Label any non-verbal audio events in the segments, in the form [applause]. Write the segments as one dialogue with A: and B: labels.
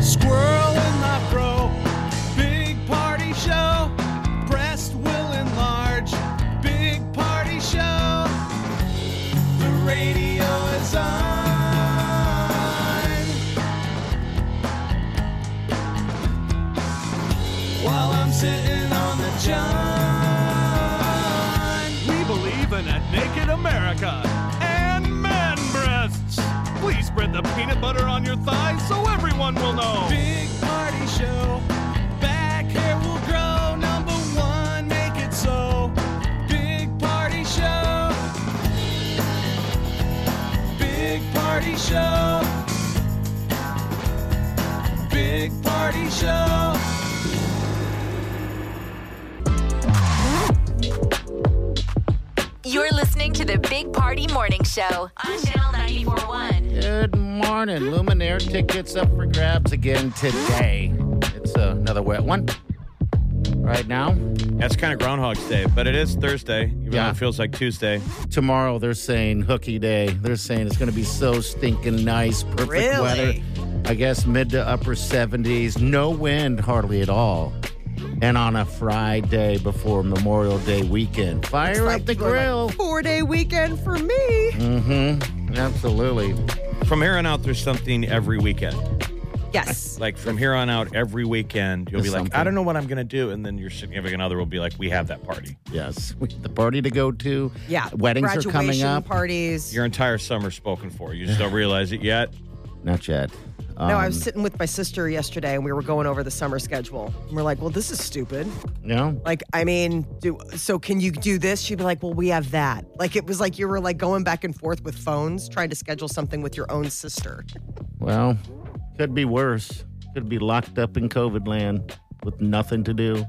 A: Squirrel in my bro, big party show. Breast will enlarge, big party show. The radio is on. While I'm sitting on the john. We believe in a naked America and man breasts. Please spread the peanut butter on your thighs so everyone will know. Big party show. Back hair will grow. Number one, make it so. Big party show. Big party show. Big party show.
B: You're listening to the Big Party Morning Show on Channel 941.
C: Good morning. Luminaire tickets up for grabs again today. It's uh, another wet one. Right now,
D: That's kind of Groundhog's Day, but it is Thursday, even
C: Yeah.
D: though it feels like Tuesday.
C: tomorrow they're saying hooky day. They're saying it's going to be so stinking nice, perfect
E: Really?
C: weather. I guess mid to upper 70s, no wind hardly at all. And on a Friday before Memorial Day weekend, fire up the grill.
E: Four day weekend for me.
C: mm-hmm. Absolutely.
D: From here on out, there's something every weekend.
E: Yes.
D: Like from here on out, every weekend, you'll be
C: There's
D: like,
C: something.
D: I don't know what I'm going to do. And then your significant other will be like, we have that party.
C: Yes. [laughs] The party to go to.
E: Yeah.
C: Weddings are coming
E: Graduation
C: up.
E: Parties.
D: Your entire summer's spoken for. You
C: [laughs]
D: just don't realize it yet.
C: Not yet.
E: no, I
C: Um,
E: was sitting with my sister yesterday and we were going over the summer schedule. And we're like, well, this is stupid.
C: No.
E: Like, I mean, do so can you do this? She'd be like, well, we have that. Like, it was like you were like going back and forth with phones, trying to schedule something with your own sister.
C: Well, could be worse. Could be locked up in COVID land with nothing to do.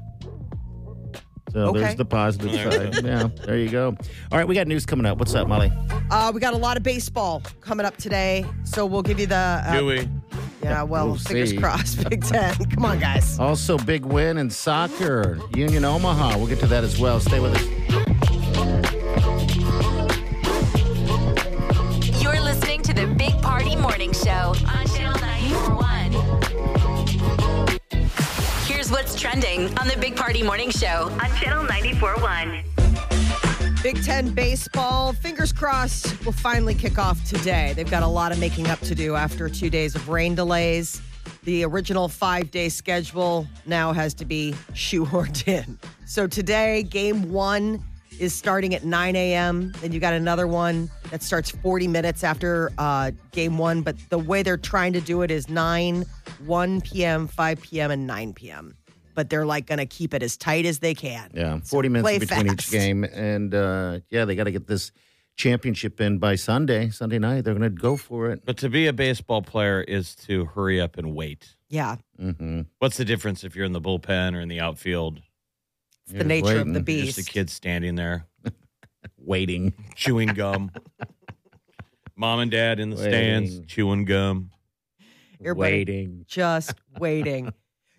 C: So
E: Okay.
C: there's the positive
D: There you
C: side. yeah, there you go. All right, we got news coming up. What's up, Molly?
E: Uh, we got a lot of baseball coming up today. So we'll give you the. Uh,
D: do we?
E: Yeah, well,
C: We'll
E: fingers
C: see.
E: crossed, [laughs] Big Ten. Come on, guys.
C: Also, big win in soccer, Union Omaha. We'll get to that as well. Stay with us.
B: You're listening to the Big Party Morning Show on Channel 941. Here's what's trending on the Big Party Morning Show.
F: on Channel 94.1.
E: Big Ten baseball, fingers crossed, will finally kick off today. They've got a lot of making up to do after two days of rain delays. The original five day schedule now has to be shoehorned [laughs] in. So today, game one is starting at 9 a.m. Then you got another one that starts 40 minutes after uh, game one. But the way they're trying to do it is 9, 1 p.m., 5 p.m., and 9 p.m. But they're like going to keep it as tight as they can.
C: Yeah,
E: So
C: 40 minutes
E: play
C: in between each
E: fast.
C: game. And uh, yeah, they got to get this championship in by Sunday, Sunday night. They're going to go for it.
D: But to be a baseball player is to hurry up and wait.
E: Yeah.
C: Mm-hmm.
D: What's the difference if you're in the bullpen or in the outfield?
E: It's the nature of the
D: You're
E: beast.
D: Just a kid standing there
C: Waiting.
D: chewing
C: [laughs]
D: gum. Mom and dad in the stands
C: Waiting.
D: chewing gum.
E: Everybody-
C: Waiting.
E: [laughs] Just waiting.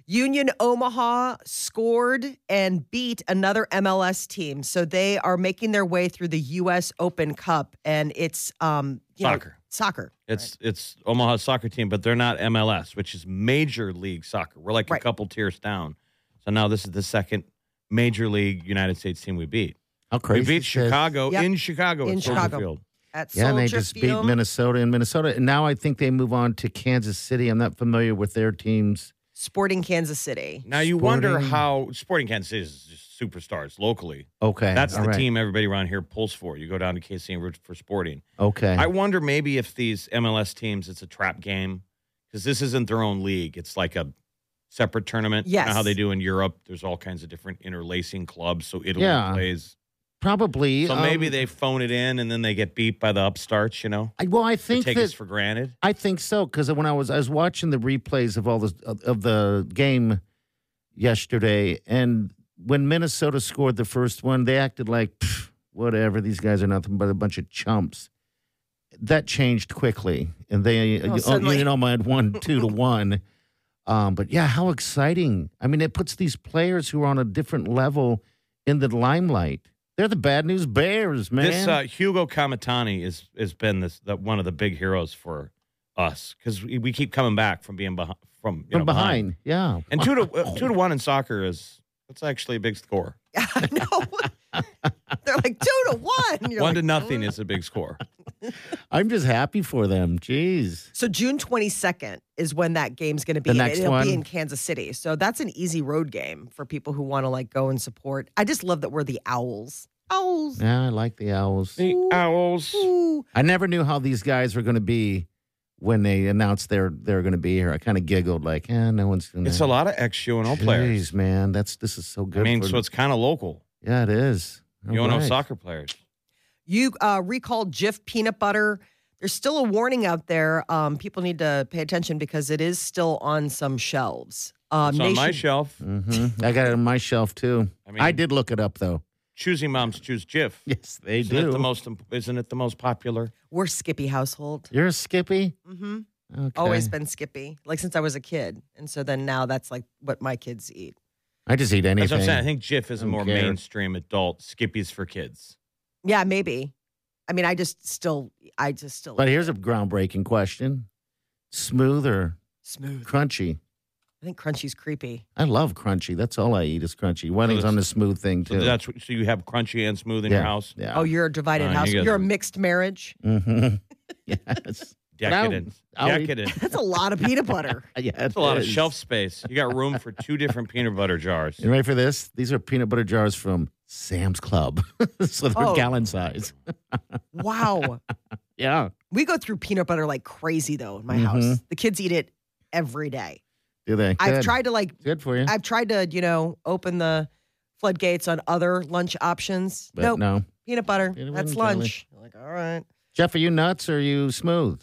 E: Union Omaha scored and beat another MLS team, so they are making their way through the U.S. Open Cup, and it's um you know,
D: Soccer.
E: soccer.
D: It's it's Omaha's soccer team, but they're not MLS, which is Major League Soccer. We're like
E: Right.
D: a couple tiers down. So now this is the second Major League United States team we beat.
C: How crazy.
D: we beat
C: is this?
D: Chicago
E: Yep.
D: in Chicago
E: In
D: at Soldier
E: Chicago.
D: Field.
E: At
C: Yeah, and they
E: Soldier
C: just
E: Field.
C: beat Minnesota in Minnesota. And now I think they move on to Kansas City. I'm not familiar with their teams.
E: Sporting Kansas City. [laughs]
D: Now you wonder
C: Sporting.
D: how Sporting Kansas City is just superstars locally.
C: Okay.
D: That's the
C: all right.
D: team everybody around here pulls for. You go down to KC and root for Sporting.
C: Okay.
D: I wonder maybe if these MLS teams, it's a trap game because this isn't their own league. It's like a separate tournament. You know
E: Yes.
D: how they do in Europe. There's all kinds of different interlacing clubs. So Italy
C: Yeah.
D: plays
C: Probably.
D: So
C: um,
D: maybe they phone it in and then they get beat by the upstarts, you know?
C: I, well, I think
D: Take
C: that
D: us for granted.
C: I think so because when I was I was watching the replays of all the of, of the game yesterday, and when Minnesota scored the first one, they acted like "Pff, whatever. These guys are nothing but a bunch of chumps. That changed quickly, and they
E: Oh,
C: uh,
E: suddenly.
C: you know had one [laughs] two to one. Um, but yeah, how exciting! I mean, it puts these players who are on a different level in the limelight. They're the bad news bears, man.
D: This uh, Hugo Kamatani is has been this the, one of the big heroes for us because we, we keep coming back from being behind from, you
C: from
D: know,
C: behind, yeah.
D: And two to uh,
C: [laughs]
D: two to one in soccer is that's actually a big score.
E: I know.
D: [laughs]
E: They're like two to one. You're
D: one to
E: like,
D: nothing is a big score.
C: I'm just happy for them. Jeez.
E: So June twenty second is when that game's going to be.
C: The
E: and
C: next
E: It'll
C: one?
E: be in Kansas City, so that's an easy road game for people who want to like go and support. I just love that we're the Owls. Owls.
C: Yeah, I like the Owls.
D: The Owls.
E: Ooh.
C: I never knew how these guys were going to be when they announced they're they're going to be here. I kind of giggled like, eh, no one's going to.
D: It's a lot of ex UNO players.
C: Jeez, man, that's this is so good.
D: I mean,
C: for-
D: so it's kind of local.
C: yeah, it is. All
D: UNO
C: right.
D: soccer players.
E: You uh, recalled Jif peanut butter. There's still a warning out there. Um, people need to pay attention because it is still on some shelves. Um,
D: It's on my
E: nation-
D: shelf.
C: Mhm. I got it on my shelf too.
D: I
C: I,
D: mean-
C: did look it up though. [laughs]
D: Choosing moms choose Jif.
C: Yes, they
D: Isn't it the most? imp- Isn't it the most popular?
E: We're Skippy household.
C: You're a Skippy.
E: hmm
C: Okay.
E: Always been Skippy, like since I was a kid, and so then now that's like what my kids eat.
C: I just eat
D: That's
C: anything.
D: what I'm saying. I think Jif is a
C: Don't
D: more
C: care.
D: mainstream adult. Skippy's for kids.
E: Yeah, maybe. I mean, I just still, I just still
C: but here's a groundbreaking question: smooth or
E: smooth.
C: crunchy?
E: I think crunchy's creepy.
C: I love crunchy. That's all I eat is crunchy. Wedding's
D: that's-
C: on the smooth thing
D: So
C: too.
D: that's what- so you have crunchy and smooth in
C: yeah.
D: your house.
C: Yeah.
E: Oh, you're a divided
D: Uh, you
E: house.
D: guys
E: You're
D: are-
E: a mixed marriage.
D: [laughs]
C: Mm-hmm.
E: [laughs]
C: Yes. But I'll-
D: Decadence.
C: I'll eat-
D: Decadence.
E: That's a lot of peanut
C: [laughs]
E: butter.
C: Yeah,
D: That's a lot of shelf space. You got room for two
C: [laughs]
D: different peanut butter jars.
C: You ready for this? These are peanut butter jars from Sam's Club. [laughs] so they're
E: Oh.
C: gallon size.
E: Wow.
C: Yeah.
E: we go through peanut butter like crazy though in
C: Mm-hmm.
E: my house. The kids eat it every day.
C: Do they?
E: I've
C: Good.
E: tried to like,
C: Good for you.
E: I've tried to, you know, open the floodgates on other lunch options.
C: but
E: nope.
C: no.
E: Peanut butter.
C: Peanut
E: that's
C: butter and
E: lunch. You're Like, all right.
C: Jeff, are you nuts or are you smooth?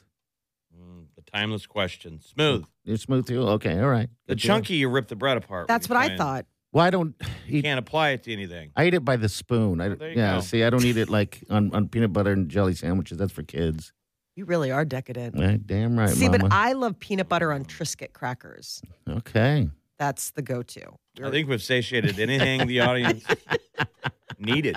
D: Mm, the timeless question. Smooth.
C: You're smooth too? Okay. All right.
D: The
C: Good deal.
D: chunky, you rip the bread apart. when
E: That's
D: you
E: what I
D: can.
E: thought.
C: Well,
D: [sighs]
C: I don't
D: You
C: eat.
D: can't apply it to anything.
C: I eat it by the spoon. I,
D: Oh, there you
C: yeah.
D: go.
C: See, I don't eat it like on, on peanut butter and jelly sandwiches. That's for kids.
E: You really are decadent.
C: Right, damn right,
E: See,
C: mama.
E: but I love peanut butter on Triscuit crackers.
C: okay.
E: That's the go-to.
D: I think we've satiated anything the
E: [laughs]
D: audience needed.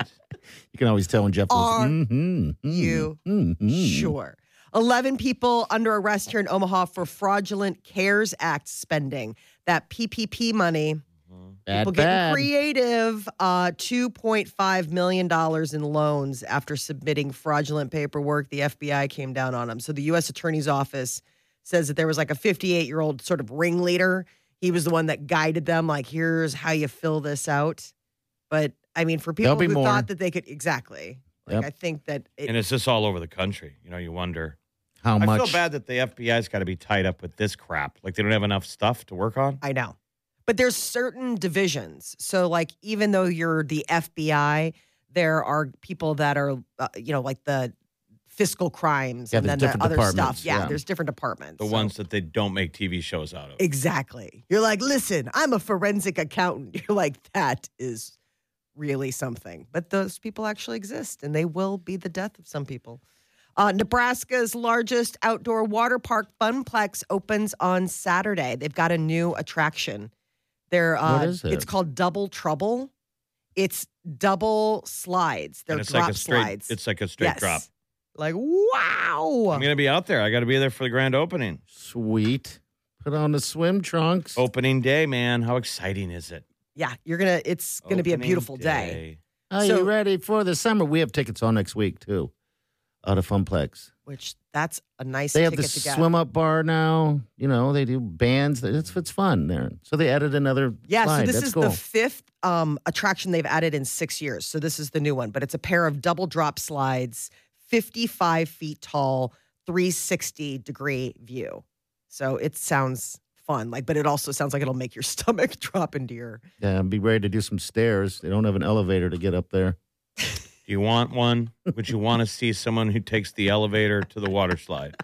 C: You can always tell when Jeff goes,
E: Are
C: mm-hmm,
E: you
C: Mm.
E: Sure. 11 people under arrest here in Omaha for fraudulent CARES Act spending. That PPP money, Uh-huh.
C: Bad,
E: people
C: bad.
E: getting creative, uh, $2.5 million in loans after submitting fraudulent paperwork. The FBI came down on them. So the U.S. Attorney's Office says that there was like a 58 year old sort of ringleader. He was the one that guided them, like, here's how you fill this out. But I mean, for people
C: There'll be
E: who
C: more.
E: thought that they could, exactly. Like,
C: Yep.
E: I think that it,
D: And it's just all over the country. You know, you wonder.
C: How
D: I
C: much?
D: feel bad that the FBI's got to be tied up with this crap. Like they don't have enough stuff to work on.
E: I know. But there's certain divisions. So like even though you're the FBI, there are people that are uh, you know like the fiscal crimes
C: Yeah,
E: and then
C: there's
E: the
C: different
E: other
C: departments,
E: stuff. Yeah,
C: yeah.
E: there's different departments.
D: The
E: So-
D: ones that they don't make TV shows out of.
E: Exactly. You're like, "Listen, I'm a forensic accountant." [laughs] You're like, "That is really something." But those people actually exist and they will be the death of some people. Uh, Nebraska's largest outdoor water park, Funplex, opens on Saturday. They've got a new attraction. They're, uh,
C: What is
E: It's
C: it?
E: called Double Trouble. It's double slides. They're
D: and it's
E: drop
D: like a straight.
E: slides.
D: It's like a straight
E: Yes.
D: drop.
E: Like wow.
D: I'm gonna be out there. I got to be there for the grand opening.
C: Sweet. Put on the swim trunks.
D: Opening day, man. How exciting is it?
E: yeah, you're gonna. It's gonna be a
D: Opening
E: beautiful day.
C: Are
E: So-
C: you ready for the summer? We have tickets all next week too. Out of Funplex,
E: Which that's a nice.
C: they have
E: ticket
C: the
E: to get.
C: swim up bar now. You know they do bands. It's it's fun there. So they added another.
E: Yeah,
C: slide.
E: so this
C: That's
E: is
C: cool.
E: the fifth um, attraction they've added in six years. So this is the new one, but it's a pair of double drop slides, 55 feet tall, 360 degree view. So it sounds fun, like, but it also sounds like it'll make your [laughs] stomach drop into your.
C: yeah, be ready to do some stairs. They don't have an elevator to get up there.
D: Do you want one? Would you want to see someone who takes the elevator to the water slide?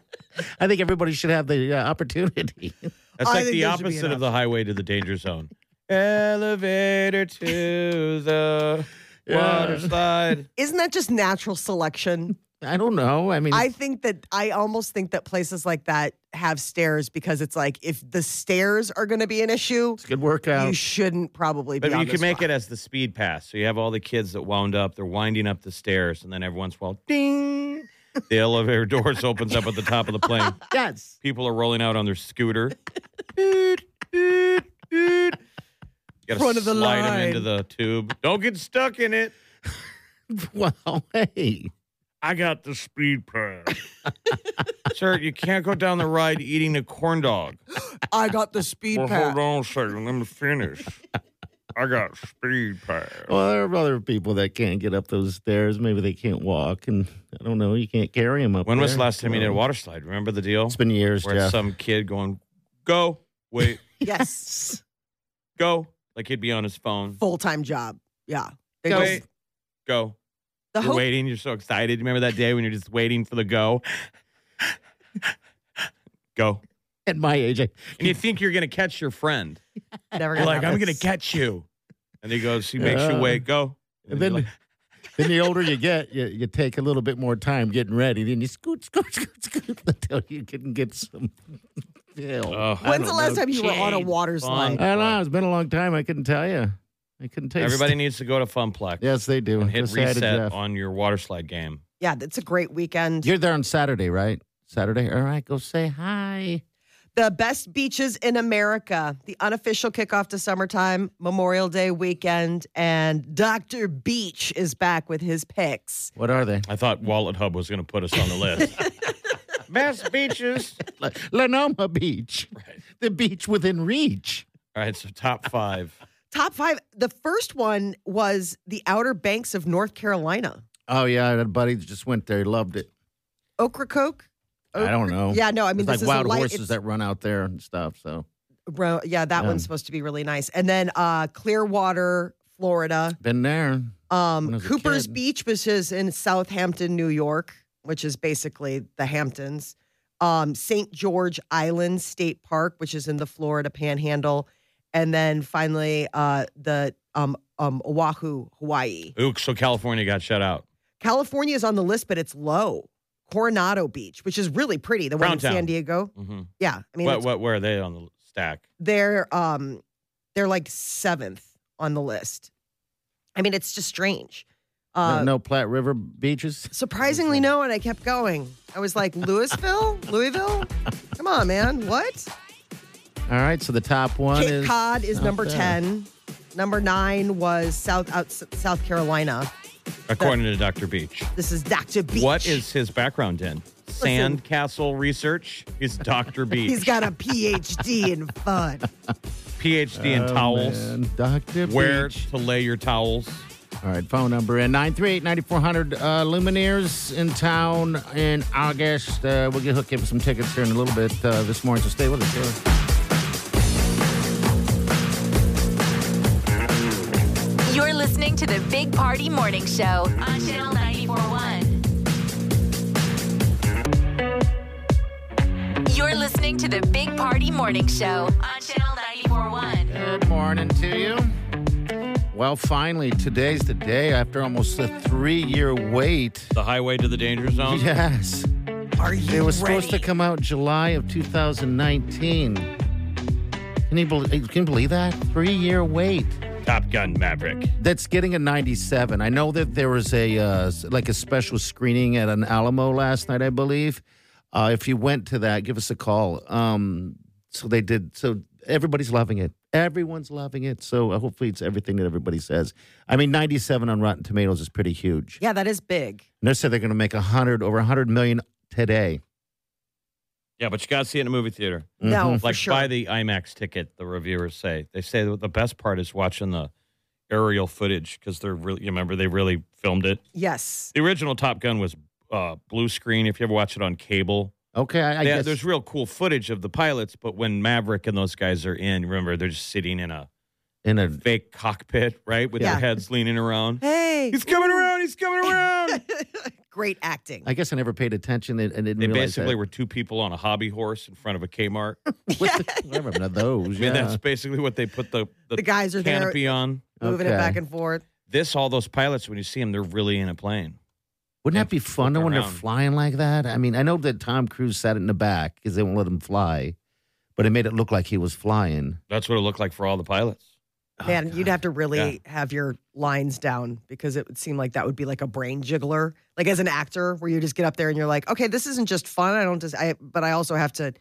C: I think everybody should have the uh, opportunity. [laughs]
D: That's
E: I
D: like
E: think
D: the
E: there should be
D: opposite
E: an
D: of the highway to the danger zone. Elevator to the
E: [laughs]
D: water
C: Yeah.
D: slide.
E: Isn't that just natural selection?
C: I don't know. I mean,
E: I think that I almost think that places like that have stairs because it's like if the stairs are going to be an issue,
C: it's a good workout.
E: you shouldn't probably be.
D: But
E: on
D: you
E: this
D: can make
E: ride.
D: it as the speed pass. So you have all the kids that wound up, they're winding up the stairs, and then every once in a while, ding, the elevator doors opens up at the top of the
E: [laughs]
D: plane.
C: yes.
D: People are rolling out on their scooter. Doot, doot, doot. You gotta
E: Front of the
D: slide them
E: line.
D: into the tube. Don't get stuck in it.
C: [laughs] Well, hey.
D: I got the speed pass. [laughs] Sir, you can't go down the ride eating a corn dog.
E: I got the speed [laughs]
D: Well,
E: pass.
D: hold on a second. Let me finish. I got speed pass.
C: Well, there are other people that can't get up those stairs. Maybe they can't walk, and I don't know. You can't carry them up.
D: When was the
C: there.
D: last time you did a water slide? Remember the deal?
C: It's been years,
D: Where it's
C: Jeff.
D: some kid going, go, wait,
E: Yes,
D: go. Like he'd be on his phone.
E: full time job. Yeah, They
D: Go.
E: just-
D: Wait, go.
E: the
D: You're
E: hope
D: waiting. You're so excited. Remember that day when you're just waiting for the go? [laughs] go.
C: At my age, I,
D: And you think you're going to catch your friend.
E: never
D: You're
E: gonna
D: like, I'm
E: happen.
D: going to catch you. And he goes, he makes
C: Yeah.
D: you wait, go. you're
C: and then,
D: like,
C: then the older you get, you, you take a little bit more time getting ready. Then you scoot, scoot, scoot, scoot [laughs] until you can get some. [laughs] Hell.
D: Oh.
E: [laughs]
C: I
E: When's
C: don't
E: the last
C: know.
E: time you were on a
D: Jade
E: water slide?
D: Fonda.
C: I don't know. It's been a long time. I couldn't tell you. I couldn't tell you.
D: Everybody needs to go to Funplex.
C: Yes, they do.
D: And hit
C: Just added
D: reset
C: Jeff.
D: on your water slide game.
E: Yeah, that's a great weekend.
C: You're there on Saturday, right? Saturday. All right, go say hi.
E: The best beaches in America, the unofficial kickoff to summertime, Memorial Day weekend, and Dr. Beach is back with his picks.
C: What are they?
D: I thought Wallet Hub was going to put us on the list. [laughs] Best beaches.
C: L- Lenoma Beach,
D: [laughs] Right.
C: the beach within reach.
D: All right, so top five.
E: Top five. The first one was the Outer Banks of North Carolina.
C: Oh yeah, I had a buddy that just went there. He loved it.
E: Ocracoke?
C: I don't know.
E: Yeah, no, I mean,
C: it's
E: this
C: like
E: is
C: wild
E: a light,
C: horses
E: it's-
C: that run out there and stuff. So
E: Ro- yeah, that
C: Yeah.
E: one's supposed to be really nice. And then uh, Clearwater, Florida.
C: been there. When I
E: Um,
C: was a
E: Cooper's
C: kid.
E: Beach, which is in Southampton, New York, which is basically the Hamptons. Um, St. George Island State Park, which is in the Florida Panhandle, and then finally uh, the um, um, Oahu, Hawaii.
D: Ooh, so California got shut out.
E: California is on the list, but it's low. Coronado Beach, which is really pretty, the one in
D: Browntown.
E: San Diego.
D: Mm-hmm.
E: Yeah, I mean,
D: what,
E: it's-
D: what, where are they on the stack?
E: they're um, they're like seventh on the list. I mean, it's just strange. Uh,
C: no, no Platte River beaches.
E: Surprisingly, no, and I kept going. I was like,
C: [laughs]
E: Louisville? Louisville? Come on, man. What?
C: All right, so the top one
E: Cape
C: is
E: Cod is
C: out
E: number
C: there.
E: 10. Number nine was South out, South Carolina.
D: According to Dr. Beach.
E: This is Dr. Beach.
D: What is his background in? Sandcastle research. He's
E: [laughs]
D: Dr. Beach.
E: He's got a
C: [laughs]
E: PhD in fun.
D: PhD in
C: Oh,
D: towels.
C: man. Dr.
D: Where
C: Beach.
D: to lay your towels.
C: All right, phone number in 938 9400. Uh, Lumineers in town in August. Uh, we'll get hooked up with some tickets here in a little bit uh, this morning, so stay with us. Sure.
B: You're listening to the Big Party Morning Show on Channel 941. You're listening to the Big Party Morning Show on Channel 941.
C: Good morning to you. Well, finally, today's the day after almost a three year wait.
D: The highway to the danger zone.
C: Yes.
E: Um, Are you
C: It was
E: ready?
C: supposed to come out July of 2019. Can you, bel can you believe that? Three year wait.
D: [laughs] Top Gun Maverick.
C: that's getting a 97. I know that there was a uh, s- like a special screening at an Alamo last night, I believe. Uh, if you went to that, give us a call. Um, so they did. So everybody's loving it. Everyone's loving it. So uh, hopefully it's everything that everybody says. I mean, 97 on Rotten Tomatoes is pretty huge.
E: Yeah, that is big.
C: And they said they're going to make 100 over 100 million today.
D: Yeah, but you got to see it in a movie theater.
C: Mm-hmm.
E: No, for
D: like
E: sure.
D: buy the IMAX ticket. The reviewers say they say that the best part is watching the aerial footage because they're really. You remember they really filmed it.
E: yes.
D: The original Top Gun was uh, blue screen. If you ever watch it on cable,
C: Okay, I, I
D: yeah,
C: guess
D: there's real cool footage of the pilots. But when Maverick and those guys are in, remember they're just sitting in a
C: in a
D: fake cockpit, right, with
E: Yeah.
D: their heads leaning around.
E: Hey.
D: He's coming around. He's coming around.
E: [laughs] Great acting.
C: I guess I never paid attention and and didn't
D: they
C: realize
D: basically
C: [laughs] that.
D: were two people on a hobby horse in front of a Kmart. I
C: I
D: [laughs]
C: remember those.
D: mean,
C: yeah.
D: that's basically what they put the the,
E: The guys are there.
D: canopy on.
E: Moving it
C: okay.
E: back and forth.
D: This, all those pilots, when you see them, they're really in a plane.
C: Wouldn't that be fun to when they're
D: around.
C: flying like that? I mean, I know that Tom Cruise sat in the back because they won't let him fly, but it made it look like he was flying.
D: That's what it looked like for all the pilots. Oh,
E: Man, you'd have to really have your lines down because it would seem like that would be like a brain jiggler. Like as an actor, where you just get up there and you're like, okay, this isn't just fun. I don't just, I, but I also have to,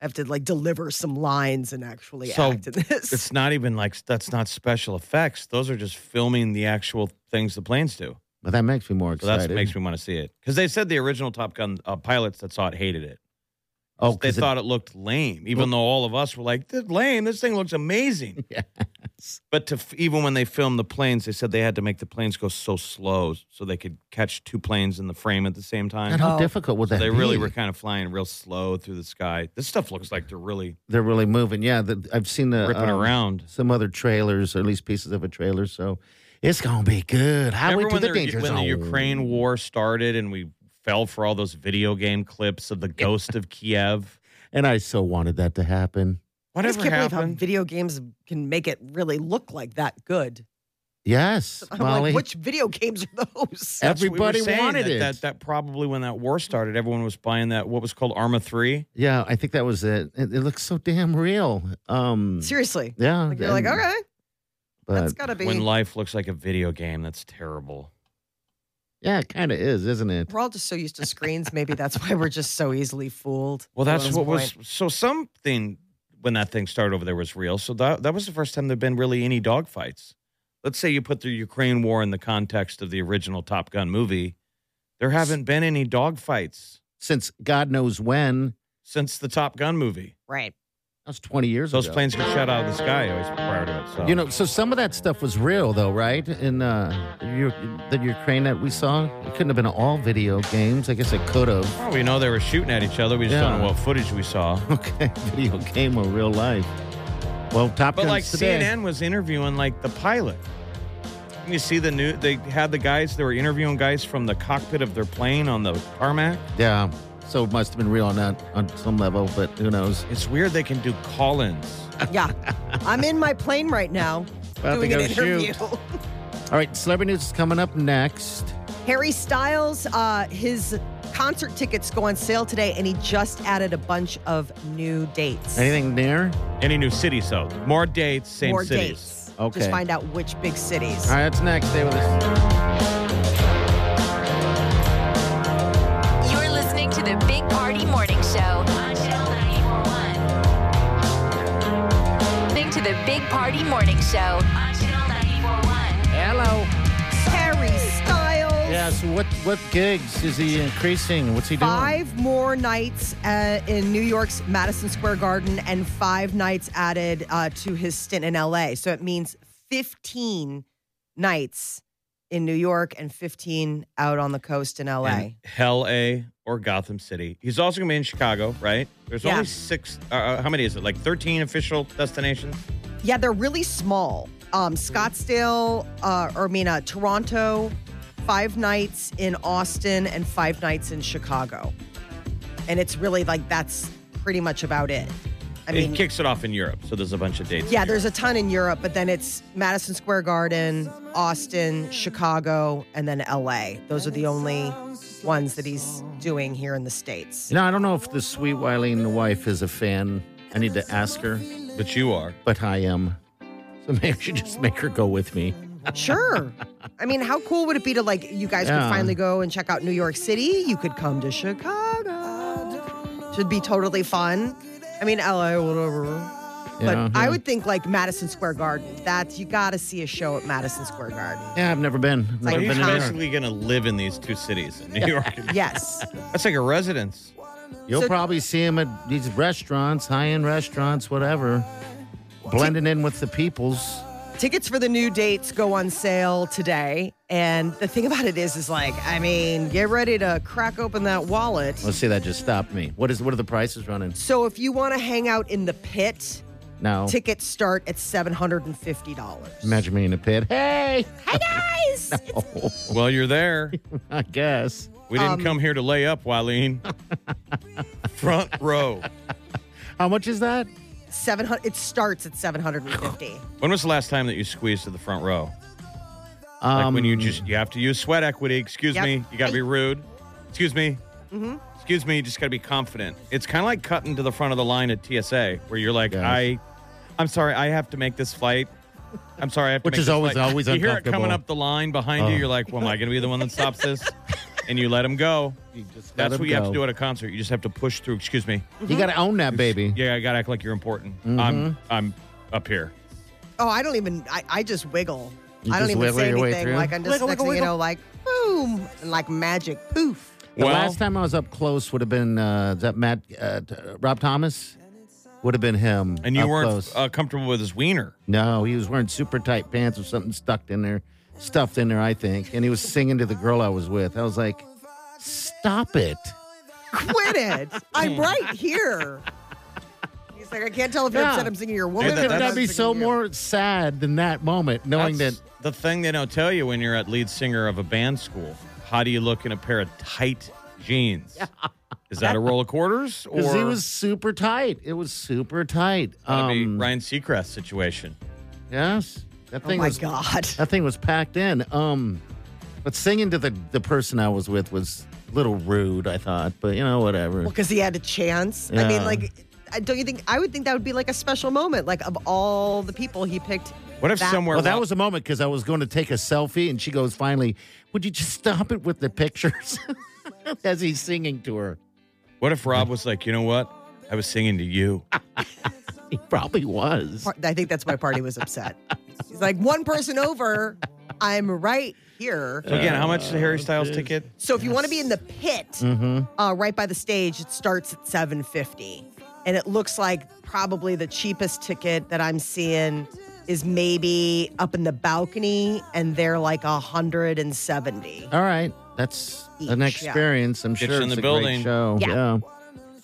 E: have to like deliver some lines and actually
D: So,
E: act in this. [laughs]
D: It's not even like that's not special effects. Those are just filming the actual things the planes do.
C: But that makes me more
D: So
C: excited.
D: that's what makes me want to see it because they said the original Top Gun uh, pilots that saw it hated it.
C: oh,
D: they
C: 'cause it-
D: thought it looked lame, even though all of us were like, "This lame. This thing looks
C: [laughs]
D: amazing." But to f- even when they filmed the planes, they said they had to make the planes go so slow so they could catch two planes in the frame at the same
C: God,
D: time.
C: how
E: Oh.
C: difficult would that
D: they
C: be?
D: really
C: [laughs]
D: were kind of flying real slow through the sky. This stuff looks like they're really
C: They're really moving. Yeah, the, I've seen the
D: ripping
C: um,
D: around.
C: some other trailers, or at least pieces of a trailer. So it's gonna be good. Highway
D: Remember
C: to
D: when
C: the Oh.
D: the-
C: danger
D: when
C: zone.
D: the Ukraine war started and we fell for all those video game clips of the ghost of Kiev?
C: and I so wanted that to happen.
E: I just
D: Whatever
E: can't believe how
D: happened?
E: video games can make it really look like that good. [laughs]
C: Yes,
E: I'm
C: Molly.
E: like, which video games are those?
C: Ev-
D: That's what we were
C: Everybody
D: saying,
C: wanted
D: that,
C: it.
D: That, that probably when that war started, everyone was buying that what was called Arma Three.
C: yeah, I think that was it. It, it looks so damn real. Um,
E: Seriously.
C: yeah,
E: Like, you're like,
C: and-
E: all right, that's
C: but-
E: got to be.
D: When life looks like a video game, that's terrible.
C: yeah, it kind of is, isn't it?
E: we're all just so used to screens. Maybe that's why we're just so easily fooled.
D: Well,
E: to
D: that's
E: Ellen's
D: what
E: point.
D: was so something when that thing started over there was real. So that that was the first time there'd been really any dogfights. Let's say you put the Ukraine war in the context of the original Top Gun movie. There haven't been any dogfights
C: Since God knows when,
D: since the Top Gun movie.
E: right.
C: that was twenty years
D: Those
C: ago.
D: planes get shot out of the sky always prior to it. So
C: You know, so some of that stuff was real, though, right? In uh, U- the Ukraine that we saw, it couldn't have been all video games. I guess it could have. [laughs]
D: Well, we know they were shooting at each other. We just don't
C: Yeah.
D: know what footage we saw.
C: Okay, video game or real life. Well, Top
D: But
C: Gun's
D: like
C: today.
D: CNN was interviewing like the pilot. And you see the new they had the guys they were interviewing guys from the cockpit of their plane on the tarmac.
C: Yeah, so it must have been real on that on some level, but who knows?
D: It's weird they can do call-ins.
E: Yeah. I'm in my plane right now
C: About to
E: doing an
C: go shoot.
E: interview.
C: All right, celebrity news is coming up next.
E: Harry Styles, uh, his concert tickets go on sale today, and he just added a bunch of new dates.
C: Anything there?
D: Any new city, so more dates, same
E: More
D: cities.
E: dates.
C: Okay.
E: Just find out which big cities.
C: All right, that's next. Stay with us.
B: You're listening to the Big Party Morning Show on Channel 941. Listening to the Big Party Morning Show on Channel 941.
C: Hello.
E: Harry Styles.
C: Yeah. So what what gigs is he increasing? What's he doing?
E: Five more nights uh, in New York's Madison Square Garden and five nights added uh, to his stint in LA. So it means 15 nights in New York and 15 out on the coast in LA.
D: And Hell A or Gotham City. He's also gonna be in Chicago, right? There's
E: Yeah.
D: only six. Uh, uh, how many is it? Like 13 official destinations.
E: Yeah, they're really small. Um, Scottsdale, uh, or I mean, uh, Toronto, five nights in Austin and five nights in Chicago. And it's really like that's pretty much about it. I
D: it kicks it off in Europe, so there's a bunch of dates.
E: Yeah, there's a ton in Europe, but then it's Madison Square Garden, Austin, Chicago, and then LA. Those are the only ones that he's doing here in the States.
C: You know, I don't know if the sweet Wileen wife is a fan. I need to ask her,
D: But you are.
C: but I am. So [laughs] maybe I should just make her go with me.
E: Sure. I mean, how cool would it be to like you guys
C: Yeah.
E: could finally go and check out New York City? You could come to Chicago. Should be totally fun. I mean, LA, whatever. But
C: Yeah,
E: I
C: yeah.
E: would think like Madison Square Garden. That's you got to see a show at Madison Square Garden.
C: Yeah, I've never been. Never
D: But
E: Like,
C: been
D: he's
C: in there.
D: basically gonna live in these two cities
E: [laughs]
D: in New York. and-
C: [laughs]
E: Yes.
D: That's like a residence.
C: You'll
E: so-
C: probably see him at these restaurants, high-end restaurants, whatever, blending in with the peoples.
E: Tickets for the new dates go on sale today. And the thing about it is, is like, I mean, get ready to crack open that wallet.
C: Let's see, that just stopped me. What is? What are the prices running?
E: So if you want to hang out in the pit,
C: No.
E: Tickets start at $750.
C: Imagine me in a pit. Hey, Oh,
E: Hi, guys.
C: [laughs]
D: Well, you're there.
C: I guess.
D: We
E: Um,
D: didn't come here to lay up,
E: [laughs]
D: Wileen. Front row.
C: How much is that?
E: 700 It starts at 750
D: When was the last time that you squeezed to the front row? Like when
C: Um,
D: you just you have to use sweat equity. Excuse
E: Yep.
D: me, you got to be rude. Excuse me. Excuse me. You just got to be confident. It's kind of like cutting to the front of the line at TSA, where you're like,
C: Yes.
D: I, I'm sorry, I have to make this flight. I'm sorry, I have to
C: Which
D: make
C: is
D: this
C: always-
D: flight."
C: always
D: You hear it coming
C: uncomfortable. Uh.
D: up the line behind you. You're like, well, am I going to be the one that stops
C: [laughs]
D: this? and you let him go.
C: just
D: That's what you have to do at a concert. You just have to push through. Excuse me.
C: You got to own that baby.
D: Yeah, I got to act like you're important.
C: Mm-hmm.
D: I'm, I'm up here.
E: [sighs] Oh, I don't even, I, I just wiggle.
C: You
E: I don't
C: just
E: even
C: wiggle
E: say
C: your way
E: anything.
C: through?
E: Like, I'm just,
C: Wiggle,
E: next
C: wiggle,
E: thing you know, like, boom, and like magic, poof.
C: The last time I was up close would have been uh, is that Matt uh, t- Rob Thomas would have been him.
D: and you
C: up
D: weren't
C: close.
D: uh, comfortable with his wiener.
C: no, he was wearing super tight pants with something stuck in there, stuffed in there, I think. And he was singing to the girl I was with. I was like, "Stop it!"
E: Quit
C: [laughs]
E: it. I'm right here. He's like, I can't tell if you're
C: Yeah.
E: upset I'm singing your
D: Hey,
E: woman.
D: that-
E: or
D: that's-
C: That'd
E: I'm
C: be
E: singing
C: so
E: you.
C: more sad than that moment, knowing
D: That's
C: that
D: the thing they don't tell you when you're at lead singer of a band school. How do you look in a pair of tight jeans? Is that a roll of
C: [laughs]
D: quarters
C: because
D: or
C: he was super tight. It was super tight.
D: that'd be
C: Um,
D: Ryan Seacrest situation?
C: Yes, that
E: Oh,
C: thing
E: my
C: was
E: God.
C: that thing was packed in. Um, but singing to the the person I was with was a little rude. I thought, but you know,
E: [laughs]
C: whatever.
E: Well, because he had a chance. I mean,
C: Yeah.
E: like, I- don't you think? I would think that would be like a special moment. Like, of all the people he picked.
D: What if
E: that-
D: somewhere
C: Well, that
D: Ro-
C: was a moment because I was going to take a selfie, and she goes, "Finally, would you just stop it with the pictures?" [laughs] As he's singing to her,
D: what if Rob was like, you know what? I was singing to
C: [laughs]
D: you.
C: he probably was.
E: I think that's why Party was upset. He's like, one person over, I'm right here.
D: So again, how much is the Harry Styles ticket?
E: So if you want to be in the pit, uh, right by the stage, it starts at 750. And it looks like probably the cheapest ticket that I'm seeing is maybe up in the balcony, and they're like 170.
C: All right, that's an
E: Each, yeah.
C: experience. I'm sure
D: in
C: it's
D: the
C: a
D: building.
C: great show.
E: Yeah.
C: yeah.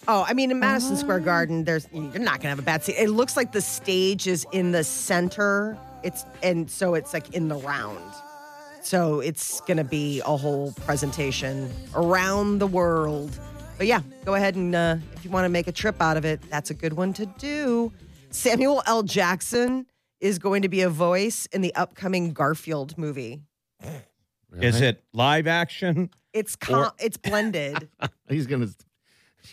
E: Oh, I mean, in Madison Square Garden, there's you're not gonna have a bad seat. It looks like the stage is in the center. It's and so it's like in the round. So it's gonna be a whole presentation around the world. But yeah, go ahead and uh, if you want to make a trip out of it, that's a good one to do. Samuel L. Jackson is going to be a voice in the upcoming Garfield movie.
D: Is it live action?
E: It's com- it's blended.
C: He's gonna. [laughs]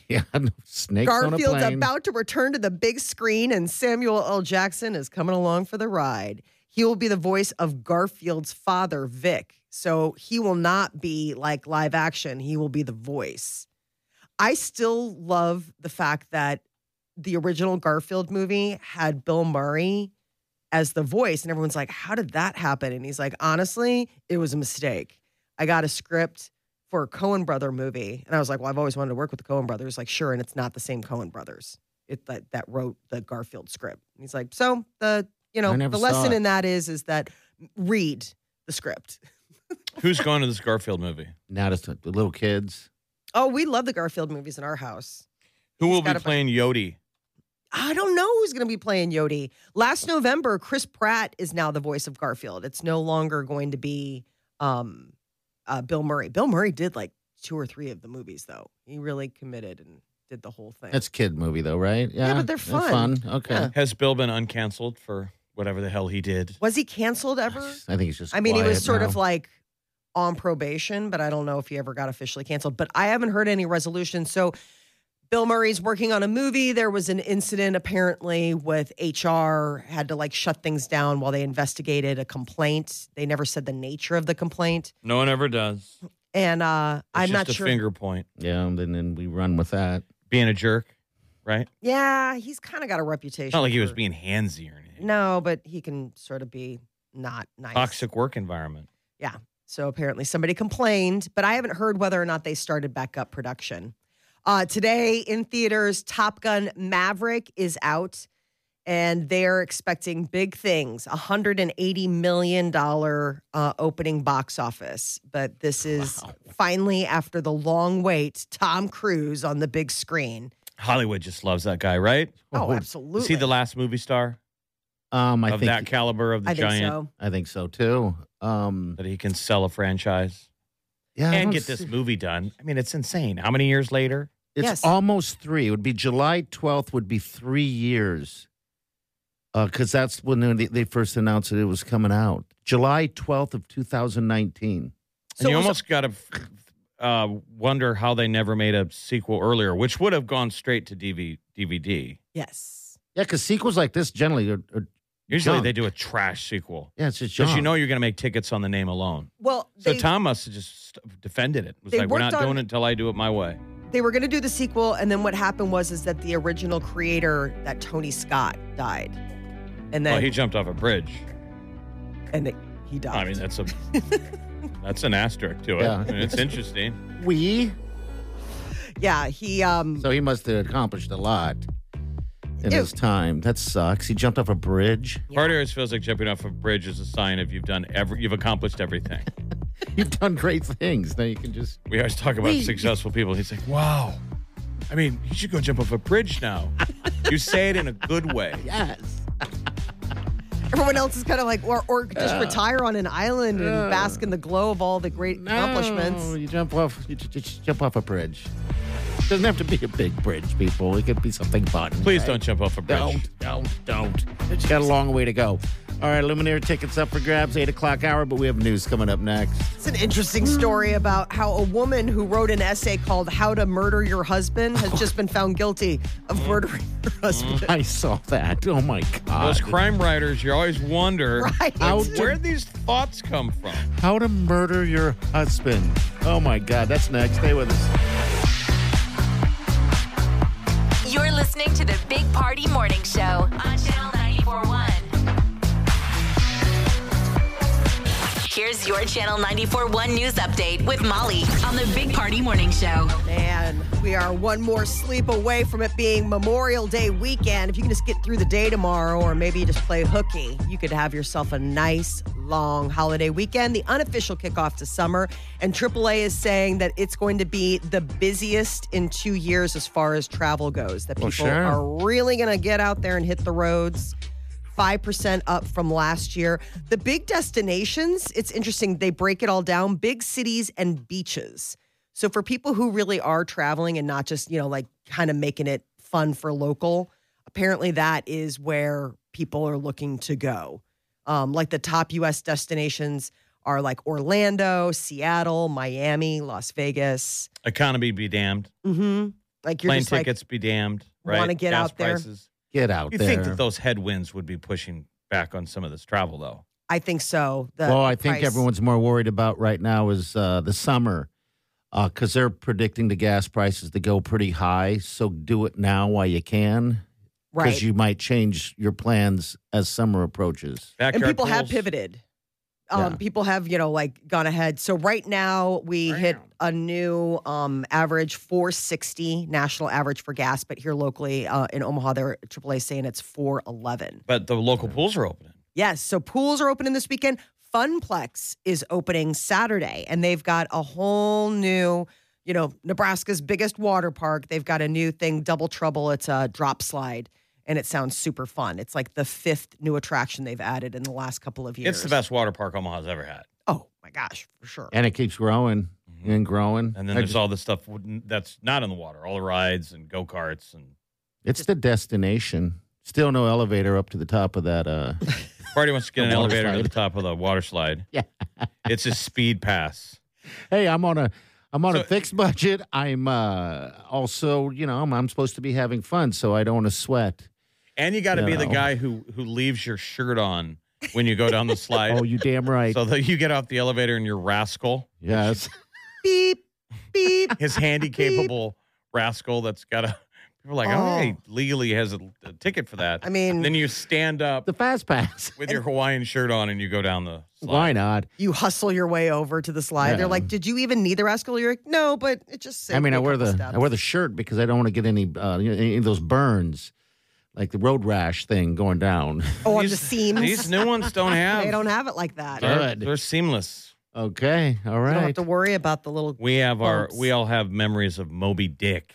C: Yeah, snakes on a
E: Garfield's
C: plane.
E: about to return to the big screen, and Samuel L. Jackson is coming along for the ride. He will be the voice of Garfield's father, Vic. So he will not be like live action, he will be the voice. I still love the fact that the original Garfield movie had Bill Murray as the voice, and everyone's like, How did that happen? And he's like, Honestly, it was a mistake. I got a script for a Cohen brother movie, and I was like, Well, I've always wanted to work with the Cohen brothers. Like, sure, and it's not the same Cohen brothers. It that, that wrote the Garfield script. And he's like, So the you know
C: I never
E: the
C: saw
E: lesson
C: it.
E: in that is is that read the script. [laughs]
D: Who's going to this Garfield
C: [laughs]
D: movie?
C: Now just the little kids.
E: Oh, we love the Garfield movies in our house.
D: Who will be
E: gotta be-
D: playing Yodi?
E: I don't know who's going to be playing Yodi. Last November, Chris Pratt is now the voice of Garfield. It's no longer going to be um, uh, Bill Murray. Bill Murray did like two or three of the movies, though. He really committed and did the whole thing.
C: That's a kid movie though, right?
E: Yeah, but they're fun.
C: Okay.
E: Yeah.
D: Has Bill been uncanceled for whatever the hell he did?
E: was he canceled ever?
C: I think it's just.
E: I mean, he was
C: quiet
E: sort of
C: now.
E: like on probation, but I don't know if he ever got officially canceled. But I haven't heard any resolution. So Bill Murray's working on a movie. There was an incident apparently with HR, had to like shut things down while they investigated a complaint. They never said the nature of the complaint.
D: No one ever does. It's
E: And uh, I'm
D: just
E: not
D: a
E: sure.
D: finger point.
C: Yeah, and then, then we run with that.
D: Being a jerk, right?
E: Yeah, he's kind of got a reputation.
D: It's not like he was
E: for-
D: being handsy or anything.
E: No, but he can sort of be not nice.
D: Toxic work environment.
E: So apparently somebody complained, but I haven't heard whether or not they started back up production. Uh, today in theaters, Top Gun Maverick is out, and they're expecting big things a $180 million uh, opening box office. But this is finally, after the long wait, Tom Cruise on the big screen.
D: Hollywood just loves that guy, right? Is
E: Oh,
D: he
E: absolutely.
D: the last movie star
C: Um, I
D: of
C: think
D: that caliber of the
E: I think
D: giant
E: so.
C: I think so too. Um,
D: that he can sell a franchise
C: yeah, I
D: and
C: don't
D: get this
C: see-
D: movie done? I mean, it's insane. How many years later?
C: It's
E: Yes.
C: almost three. It would be July 12th, would be three years. Because that's when they, they first announced that it was coming out. July 12th of 2019.
D: And you almost got to uh, wonder how they never made a sequel earlier, which would have gone straight to DV- DVD.
E: yes.
C: Yeah, because sequels like this generally are, are
D: Usually
C: Junk.
D: they do a trash sequel
C: yeah, it's just
D: because you
C: junk.
D: know you're going to make tickets on the name alone.
E: Well,
D: So
E: they,
D: Tom must have just st- defended it. It was
E: They
D: like, we're
E: worked
D: not
E: on-
D: doing it until I do it my way.
E: they were going to do the sequel, and then what happened was is that the original creator, that Tony Scott, died, and then
D: Well, Oh, he jumped off a bridge.
E: and it, he died.
D: I mean, that's
E: [laughs]
D: a that's an asterisk to it.
C: Yeah.
D: I mean, it's interesting.
C: we.
E: yeah, he um,
C: So he must have accomplished a lot in
E: Ew.
C: his time. That sucks. He jumped off a bridge. [laughs]
D: Part of it feels like jumping off a bridge is a sign of you've done every, you've accomplished everything.
C: You've done great things. Now you can just.
D: We always talk about successful people. He's like, wow. I mean, you should go jump off a bridge
E: [laughs]
D: now. you say it in a good way.
C: Yes.
E: everyone else is kind of like or or just retire on an island and bask in the glow of all the great
C: No,
E: accomplishments.
C: you jump off. You ju- ju- just jump off a bridge. Doesn't have to be a big bridge, people. It could be something fun.
D: Please
C: right?
D: don't jump off a bridge.
C: Don't, don't, don't. It's got a long way to go. All right, Luminaire tickets up for grabs, 8 o'clock hour, but we have news coming up next.
E: It's an interesting story about how a woman who wrote an essay called "How to Murder Your Husband" has just been found guilty
D: Mm.
E: of murdering her husband.
C: I saw that. Oh, my God.
D: Those crime writers, you always wonder
E: [laughs] Right.
C: How
D: where
C: to,
D: these thoughts come from.
C: how to murder your husband. Oh, my God. That's next. Stay with us.
B: You're listening to the Big Party Morning Show on Channel 941. Here's your Channel 941 news update with Molly on the Big Party Morning Show.
E: Man, we are one more sleep away from it being Memorial Day weekend. If you can just get through the day tomorrow, or maybe you just play hooky, you could have yourself a nice long holiday weekend, the unofficial kickoff to summer. And AAA is saying that it's going to be the busiest in two years as far as travel goes, that people
C: sure.
E: are really going to get out there and hit the roads. 5% up from last year. The big destinations, it's interesting, they break it all down big cities and beaches. So for people who really are traveling and not just, you know, like kind of making it fun for local, apparently that is where people are looking to go. Um, like the top US destinations are like Orlando, Seattle, Miami, Las Vegas.
D: Economy be damned.
E: Mm-hmm. Like you're
D: Plane
E: just like,
D: tickets be damned. Right.
E: wanna get
D: Gas
E: out there.
D: Prices.
C: Get out
D: You
C: there.
D: think that those headwinds would be pushing back on some of this travel, though?
E: I think so. The
C: well, I think
E: price-
C: everyone's more worried about right now is uh, the summer because they're predicting the gas prices to go pretty high. So do it now while you can because
E: right.
C: you might change your plans as summer approaches.
D: Backyard
E: and people have
D: pools?
E: pivoted. Um,
C: Yeah.
E: People have, you know, like gone ahead. So right now we hit a new um, average 460 national average for gas, but here locally uh, in Omaha, they're AAA saying it's 411.
D: But the local pools are opening.
E: Yes, so pools are opening this weekend. Funplex is opening Saturday, and they've got a whole new, you know, Nebraska's biggest water park. They've got a new thing, Double Trouble. It's a drop slide, and it sounds super fun. It's like the fifth new attraction they've added in the last couple of years.
D: It's the best water park Omaha's ever had.
E: Oh my gosh, for sure.
C: And it keeps growing and growing.
D: Mm-hmm. And then
C: I
D: there's
C: just-
D: all the stuff wouldn't- that's not in the water, all the rides and go karts and
C: it's the destination. Still no elevator up to the top of that.
E: [laughs]
C: Uh,
D: Party wants to get
C: [laughs] The
D: an
C: water
D: elevator to
C: slide.
D: the top of the water slide.
C: [laughs] Yeah.
D: it's a speed pass.
C: hey, I'm on a. I'm on a
D: So-
C: fixed budget. I'm uh, also, you know, I'm, I'm supposed to be having fun, so I don't want to sweat.
D: [laughs] And you got to be the
C: No.
D: guy who who leaves your shirt on when you go down
C: [laughs]
D: the slide.
C: Oh, you damn right.
D: So that you get off the elevator and your rascal,
C: yes. [laughs]
E: Beep, beep. [laughs]
D: his handy capable rascal that's got a people are like, oh,
E: Oh.
D: hey, legally has a, a ticket for that.
E: I mean-
D: then you stand up
C: The fast pass.
D: with your Hawaiian shirt on and you go down the slide.
C: Why not?
E: You hustle your way over to the slide.
C: Yeah.
E: They're like, "Did you even need the rascal?" You're like, "No, but it just."
C: I
E: saved
C: mean,
E: me
C: I
E: a
C: wear
E: couple
C: the
E: steps."
C: I wear the shirt because I don't want to get any uh, you know, any of those burns, like the road rash thing going down. [laughs]
E: oh on the
D: These-
E: seams.
D: These new ones don't have.
E: [laughs] they don't have it like that.
D: They're,
C: Good.
D: they're seamless.
C: okay, all
E: You don't
C: right.
E: have to worry about the little.
D: We have our.
E: Bumps.
D: We all have memories of Moby Dick.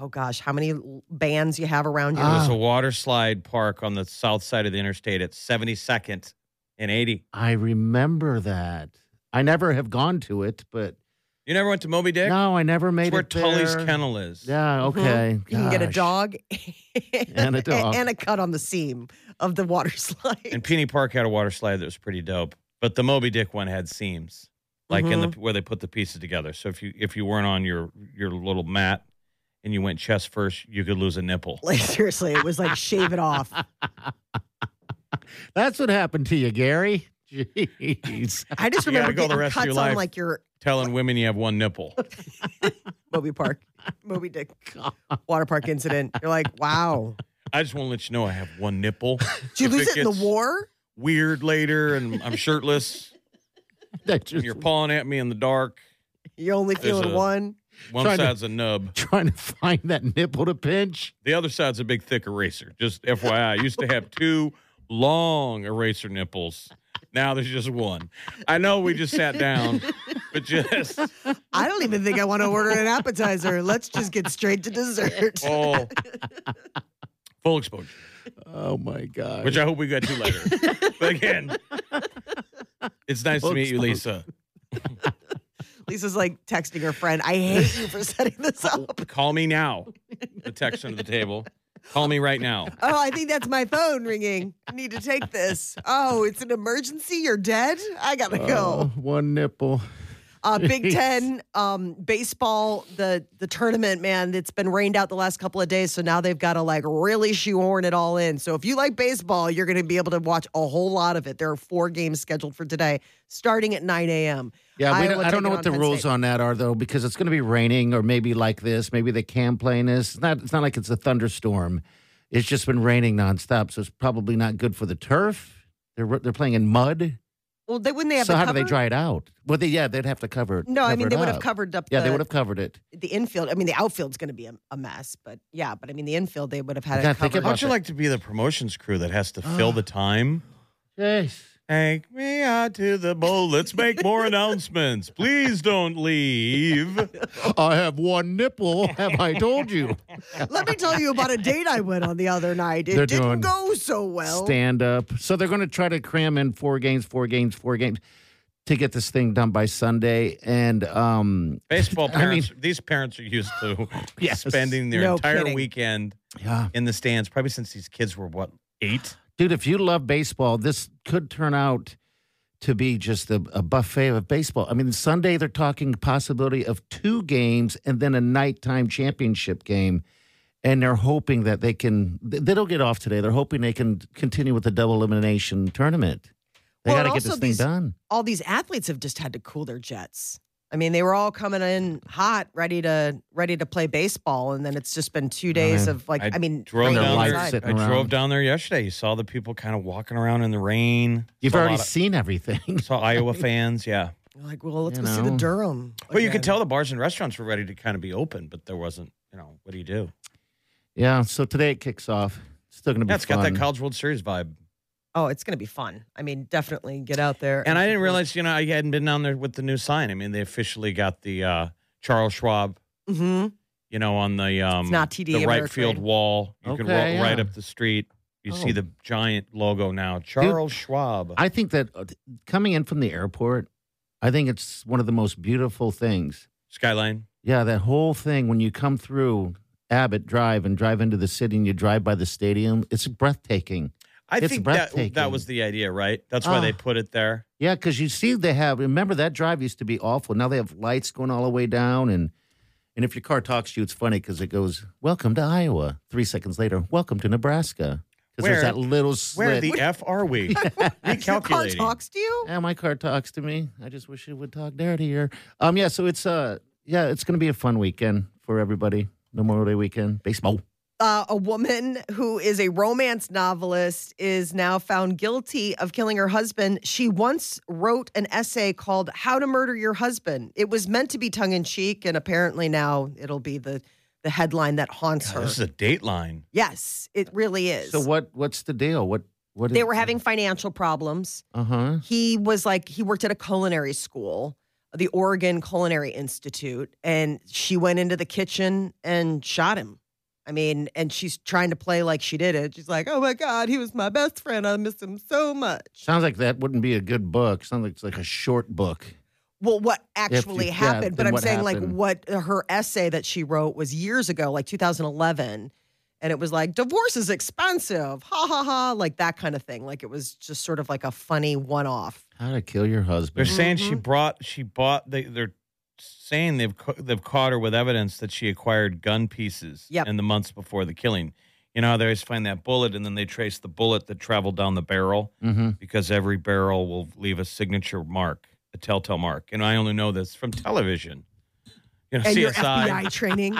E: oh gosh, how many l- bands you have around you?
D: There's
C: Ah.
D: a water slide park on the south side of the interstate at 72nd and 80.
C: I remember that. I never have gone to it, but
D: You never went to Moby Dick?
C: no, I never
D: That's
C: made
D: where
C: it there.
D: Tully's Kennel is.
C: Yeah, okay.
E: Mm-hmm. You can get a
C: Gosh.
E: dog [laughs]
C: And a dog.
E: and a cut on the seam of the water [laughs] slide.
D: And Peony Park had a water slide that was pretty dope, but the Moby Dick one had seams, like in
C: Mm-hmm.
D: the where they put the pieces together. So if you if you weren't on your your little mat and you went chest first, you could lose a nipple.
E: like seriously, it was like shave it off.
C: That's what happened to you, Gary. [laughs]
E: [laughs]
C: Jeez. [laughs]
E: I
D: [laughs]
E: just
D: You gotta
E: remember
D: go the
E: getting
D: rest of
E: cuts
D: your
E: on
D: life.
E: like your
D: Telling women you have one nipple.
E: Moby Park, Moby
C: [laughs]
E: Dick water park incident. You're like, wow.
D: I just want to let you know I have one nipple.
E: Did you
D: If
E: lose it in the
D: gets
E: war?
D: Weird later, and I'm shirtless.
C: That
D: and
C: just
D: you're pawing at me in the dark.
E: You're only
D: There's
E: feeling
D: a-
E: one.
D: One
C: Trying to-
D: side's a nub.
C: trying to find that nipple to pinch.
D: The other side's a big thick eraser. Just FYI, I used to have two long eraser nipples. Now there's just one. I know we just sat down, but just
E: I don't even think I want to order
D: [laughs]
E: an appetizer. Let's just get straight to dessert.
D: full, full exposure,
C: Oh my god.
D: which I hope we got to later. But again, it's nice to
C: Full
D: meet you, Lisa.
E: Lisa's like texting her friend, I hate you for setting this
D: Oh.
E: up.
D: Call me now. The text under the table. Call me right now.
E: Oh, I think that's my phone ringing. I need to take this. Oh, it's an emergency. You're dead. I gotta
C: Oh,
E: go.
C: one nipple. [laughs]
E: Uh, Big
C: jeez.
E: Ten um, baseball, the the tournament, man, it's been rained out the last couple of days, so now they've got to like really shoehorn it all in. So if you like baseball, you're going to be able to watch a whole lot of it. There are four games scheduled for today, starting at 9 a.m.
C: Yeah, we
E: Iowa
C: don't, I don't
E: taking
C: know what
E: on
C: the
E: Penn
C: rules
E: State.
C: on that are though, because it's going to be raining, or maybe like this. Maybe they can play in this. It's not. It's not like it's a thunderstorm. It's just been raining nonstop, so it's probably not good for the turf. They're they're playing in mud.
E: Well, they wouldn't they have
C: so
E: it
C: how do they
E: covered?
C: dry it out? Well, they, yeah, they'd have to cover it.
E: No, I mean
C: cover
E: they
C: it
E: would have
C: up.
E: covered up.
C: Yeah,
E: the,
C: they would have covered it.
E: the infield. I mean, the outfield's going to be a, a mess, but yeah, but I mean, the infield they would have had
C: [laughs] Yeah,
E: it
C: think
E: covered.
C: about
D: How'd you like to be the promotions crew that has to fill the time?
C: Yes.
D: Take me out to the bowl. Let's make more announcements. Please don't leave.
C: [laughs] I have
E: [laughs]
C: one nipple. Have I told you?
E: Let me tell you about a date I went on the other night. It
C: [laughs] They're
E: didn't
C: doing
E: go so well.
C: Stand up. So they're going to try to cram in four games, four games, four games to get this thing done by Sunday. And um,
D: [laughs] Baseball
C: I mean-
D: parents, these parents are used [laughs] to
C: Yes.
D: spending their
E: No
D: entire
E: kidding.
D: weekend
C: yeah,
D: in the stands, probably since these kids were, what, eight?
C: dude, if you love baseball, this could turn out to be just a, a buffet of baseball. I mean, Sunday they're talking possibility of two games and then a nighttime championship game. And they're hoping that they can. They they don't get off today. They're hoping they can continue with the double elimination tournament. They
E: Well,
C: got to
E: and
C: get this
E: also
C: thing
E: these-
C: done.
E: All these athletes have just had to cool their jets. I mean, they were all coming in hot, ready to ready to play baseball, and then it's just been two days of like. I, mean,
D: drove
C: And their
D: down
C: life
D: there. I
C: sitting around.
D: drove down there yesterday. You saw the people kind of walking around in the rain.
C: You've
D: Saw a
C: already
D: lot of-
C: seen everything. [laughs]
D: saw [laughs] Iowa fans. Yeah.
E: You're like, well, let's
C: You
E: go see the
C: know.
E: Durham.
D: Well, you
E: again.
D: could tell the bars and restaurants were ready to kind of be open, but there wasn't. You know, what do you do?
C: Yeah, so today it kicks off. It's still going to be
D: Yeah, it's got
C: fun.
D: that College World Series vibe.
E: Oh, it's going to be fun. I mean, definitely get out there.
D: And I didn't
E: support-
D: realize, you know, I hadn't been down there with the new sign. I mean, they officially got the uh, Charles Schwab,
E: Mhm.
D: you know, on the um,
E: not TD
D: the right
E: Ameritrade.
D: field wall. You can walk
C: Okay,
D: right
C: yeah.
D: up the street. You see
C: Oh.
D: the giant logo now, Charles Schwab.
C: I think that uh, coming in from the airport, I think it's one of the most beautiful things.
D: Skyline.
C: Yeah, that whole thing when you come through Abbott Drive and drive into the city and you drive by the stadium, it's breathtaking.
D: I
C: It's
D: think that that
C: breathtaking.
D: was the idea, right? That's why
C: Ah.
D: they put it there.
C: Yeah, because you see they have. Remember that drive used to be awful. Now they have lights going all the way down, and and if your car talks to you, it's funny because it goes "Welcome to Iowa." Three seconds later, "Welcome to Nebraska." Because
D: Where-
C: there's that little
D: Where
C: slit.
D: the f are we?
E: Your car
D: Recalculating.
E: talks to you.
C: [laughs] Yeah, my car talks to me. I just wish it would talk dirtier. Um, yeah, so it's uh, yeah, it's gonna be a fun weekend for everybody. Memorial Day weekend, baseball.
E: uh, a woman who is a romance novelist is now found guilty of killing her husband. She once wrote an essay called How to Murder Your Husband. It was meant to be tongue in cheek, and apparently now it'll be the, the headline that haunts
D: God,
E: her.
D: this is a Dateline.
E: yes, it really is.
C: So what? What's the deal? What?
D: [laughs]
C: What?
E: They were having financial problems.
C: Uh huh.
E: He was like, he worked at a culinary school. the Oregon Culinary Institute, and she went into the kitchen and shot him. I mean, and she's trying to play like she did it. She's like, "Oh my God, he was my best friend. I miss him so much."
C: Sounds like that wouldn't be a good book. Sounds like it's like a short book.
E: Well, what actually
C: yeah,
E: happened? but
C: then
E: I'm
C: what
E: saying,
C: happened?
E: like, what her essay that she wrote was years ago, like 2011, and it was like, "Divorce is expensive." Ha ha ha! Like that kind of thing. Like it was just sort of like a funny one-off.
C: How to kill your
D: They're
C: husband.
D: saying
E: Mm-hmm.
D: she brought, she bought. They, they're saying they've ca- they've caught her with evidence that she acquired gun pieces
E: Yep.
D: in the months before the killing. You know how they always find that bullet, and then they trace the bullet that traveled down the barrel
C: Mm-hmm.
D: because every barrel will leave a signature mark, a telltale mark. And I only know this from television. You know,
E: And your
D: CSI.
E: FBI training.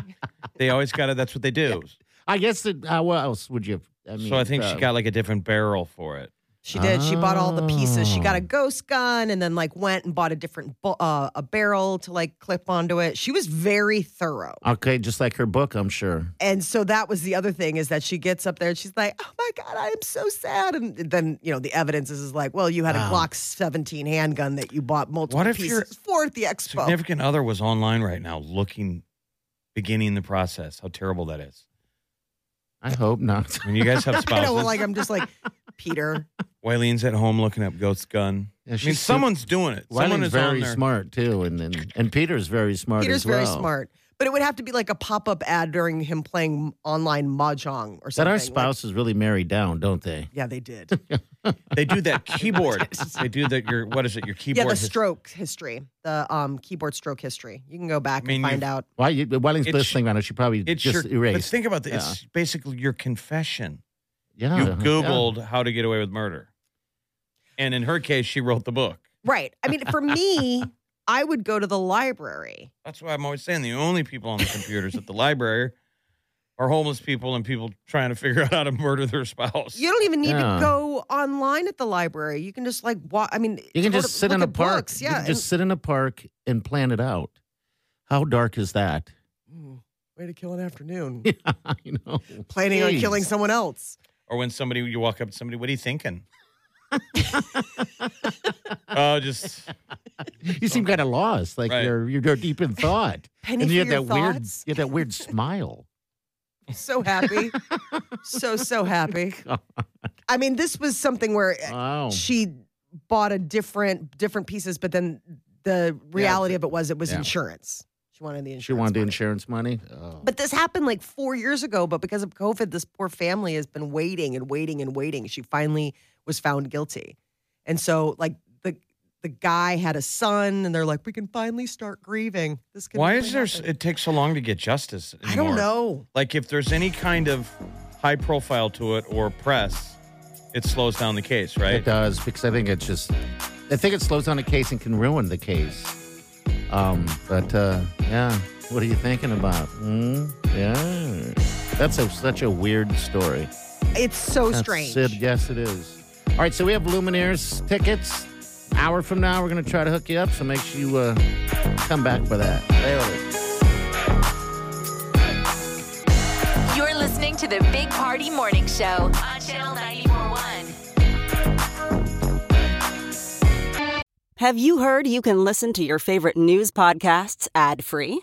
D: They always got it. That's what they do.
C: I guess that how else would you? I mean,
D: so I think
C: uh,
D: she got like a different barrel for it.
E: She did. She bought all the pieces. She
C: Oh.
E: got a ghost gun and then like went and bought a different bu- uh, a barrel to like clip onto it. She was very thorough.
C: Okay, just like her book, I'm sure.
E: And so that was the other thing is that she gets up there and she's like, "Oh my god, I am so sad." And then you know the evidence is, is like, "Well, you
C: Oh.
E: had a Glock 17 handgun that you bought multiple
D: What if
E: pieces
D: your
E: for at the expo." [laughs]
D: significant other was online right now looking beginning the process how terrible that is
C: I hope not. [laughs]
D: when you guys have
E: [laughs] I
D: spouses
E: know, like I'm just like Peter.
D: Wylene's at home looking up ghost gun i
C: Yeah,
D: mean
C: she's so-
D: someone's doing it someone
C: Wyman's
D: is on
C: very
D: there.
C: smart too, and, and and Peter's very smart.
E: Peter's
C: as well.
E: very smart, but it would have to be like a pop up ad during him playing online mahjong or
C: That
E: something.
C: our
E: Like,
C: spouses really marry down, don't they?
E: yeah, they did.
D: they do
C: [laughs]
D: that keyboard they do that your what is it your keyboard
E: yeah, the
D: his-
E: stroke history, the um, keyboard stroke history. You can go back
D: I mean,
E: and find
D: you've-
E: out.
C: Why? You, Wyman's
D: It's-
C: listening right now. She probably
D: it's
C: just
D: your but
C: erased.
D: think about this it's basically your confession
C: yeah,
D: you
C: yeah.
D: googled how to get away with murder and in her case she wrote the book
E: Right. I mean, for
C: [laughs]
E: me, I would go to the library.
D: that's why i'm always saying the only people on the computers at the library are homeless people and people trying to figure out how to murder their spouse
E: You don't even need
C: Yeah.
E: to go online at the library. You can just like walk. I mean,
C: You can
E: sort
C: just
E: of
C: sit
E: look
C: in a
E: at
C: park.
E: books,
C: You
E: Yeah.
C: can just sit in a park and plan it out. How dark is that? [laughs]
E: Mm, way to kill an afternoon.
C: you know,
E: Planning on
C: Jeez.
E: killing someone else.
D: Or when somebody you walk up to somebody, what are you thinking? [laughs] Oh, just
C: You seem kind of lost. Like
D: Right.
C: you're, you're deep
E: [laughs]
C: in thought,
E: Penny
C: and you
E: for
C: have
E: your
C: that
E: thoughts.
C: [laughs] weird, you have that
E: [laughs]
C: weird smile.
E: So happy. so, so
C: [laughs]
E: happy.
C: God.
E: I mean, this was something where
C: Wow.
E: she bought a different different pieces, but then the reality of it was it was
C: yeah.
E: insurance. She wanted the insurance.
C: She wanted the
E: money.
C: insurance money. Oh.
E: But this happened like four years ago, but because of COVID, this poor family has been waiting and waiting and waiting. She finally was found guilty. And so like the the guy had a son and they're like, We can finally start grieving. This can
D: why
E: really
D: is there?
E: happen."
D: It takes so long to get justice.
E: I don't
D: anymore?
E: know.
D: Like if there's any kind of high profile to it or press, it slows down the case,
C: It
D: right?
C: does because I think it just, I think it slows down a case and can ruin the case. Um, but uh, yeah, what are you thinking about? Hmm? Yeah, that's a, such a weird story.
E: It's so
C: That's
E: strange.
C: Sid, yes, it is. All right, so we have Lumineers tickets. Hour from now, we're going to try to hook you up. So make sure you uh, come back for that. There it is.
B: You're listening to the Big Party Morning Show on Channel 941.
G: Have you heard you can listen to your favorite news podcasts ad free?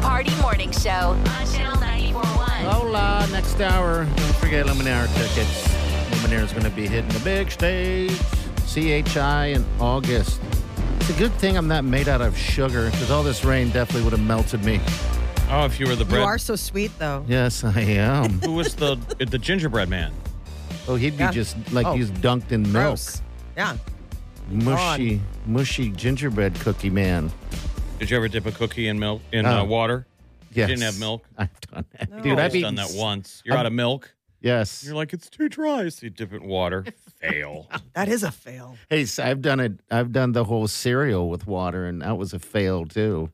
B: Party Morning Show on Channel 941.
C: Hola, next hour. Don't forget Luminaire tickets. Luminaire is going to be hitting the big stage, CHI, in August. It's a good thing I'm not made out of sugar because all this rain definitely would have melted me.
D: Oh, if you were the
E: You
D: bread.
E: are so sweet, though.
C: Yes,
E: [laughs]
C: I
D: [laughs]
C: am.
D: Who was the the gingerbread man?
C: oh, he'd be
E: Yeah.
C: just like
E: Oh.
C: he's dunked in milk.
E: Gross. Yeah.
C: Mushy, mushy gingerbread cookie man.
D: Did you ever dip a cookie in milk in
C: No.
D: uh, water?
C: Yes.
D: didn't have milk?
C: [laughs] I've done Oh. that.
E: No.
C: Dude,
D: I've
C: I've
D: always done
C: eaten
D: that
C: s-
D: once. You're
C: I'm-
D: out of milk.
C: Yes.
D: You're like, it's too dry. So you dip it in
E: [laughs]
D: water. Fail.
E: That is a fail.
C: Hey, so I've done it. I've done the whole cereal with water, and that was a fail too.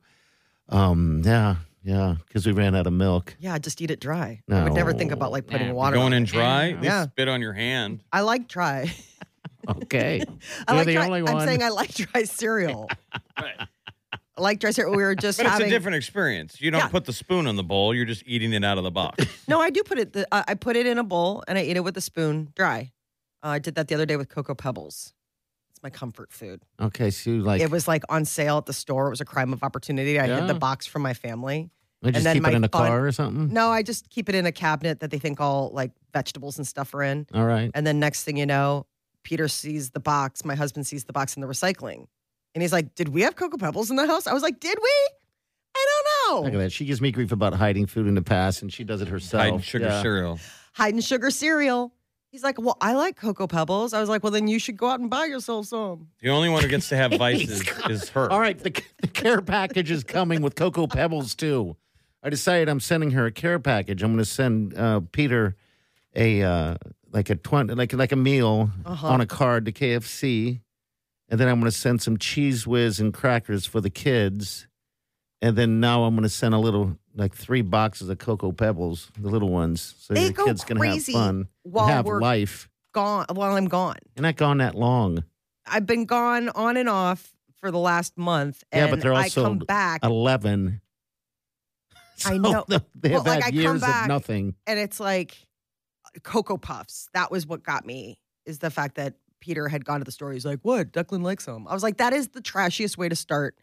C: Um, yeah, yeah, because we ran out
E: [laughs]
C: of milk.
E: Yeah, just eat it dry. I would never think
C: No.
E: about like putting
D: You're
E: water
D: Going
E: on
D: in
E: it.
D: dry. They
E: Yeah.
D: spit on your hand.
E: I like dry. [laughs]
C: Okay,
E: I
C: You're
E: like
C: the
E: dry.
C: only
E: I'm
C: one.
E: saying I like dry cereal.
A: Right.
E: I like dry cereal. We were just
D: But it's
E: having.
D: a different experience. You don't
E: Yeah.
D: put the spoon in the bowl. You're just eating it out of the
C: [laughs]
D: box.
E: No, I do put it. The, I I put it in a bowl and I eat it with a spoon, dry. Uh, I did that the other day with cocoa pebbles. It's my comfort food.
C: okay, so you like
E: it was like on sale at the store. It was a crime of opportunity. I hid
C: Yeah.
E: the box from my family.
C: I just
E: then
C: keep it
E: my
C: in a
E: fun-
C: car or something.
E: No, I just keep it in a cabinet that they think all like vegetables and stuff are in.
C: All right.
E: And then next thing you know, Peter sees the box. My husband sees the box in the recycling, and he's like, "Did we have cocoa pebbles in the house?" I was like, "Did we?" I
C: Look
E: don't
C: at
E: know.
C: that. She gives me grief about hiding food in the past, and she does it herself.
D: Hiding sugar
C: Yeah.
D: cereal.
E: Hiding sugar cereal. He's like, "Well, I like cocoa pebbles." I was like, "Well, then you should go out and buy yourself some."
D: The only one who gets to
E: [laughs]
D: have vices is her.
C: All right, the, the care package is coming with Cocoa Pebbles too. I decided I'm sending her a care package. I'm going to send uh, Peter a uh, like a twenty like like a meal
E: Uh-huh.
C: on a card to KFC, and then I'm going to send some cheese whiz and crackers for the kids, and then now I'm going to send a little like three boxes of Cocoa Pebbles, the little ones, so
E: They
C: the
E: go
C: kids can have
E: crazy
C: fun, and
E: while
C: have
E: we're-
C: life.
E: Gone while I'm gone.
C: You're not gone that long.
E: I've been gone on and off for the last month.
C: Yeah,
E: And
C: but they're
E: I
C: also
E: come back
C: [laughs] 11.
E: I know.
C: They've
E: Well, like,
C: had
E: I come
C: years
E: back-
C: of nothing.
E: and it's like uh, Cocoa Puffs. That was what got me is the fact that Peter had gone to the store. He's like, "What? Declan likes them." I was like, "That is the trashiest way to start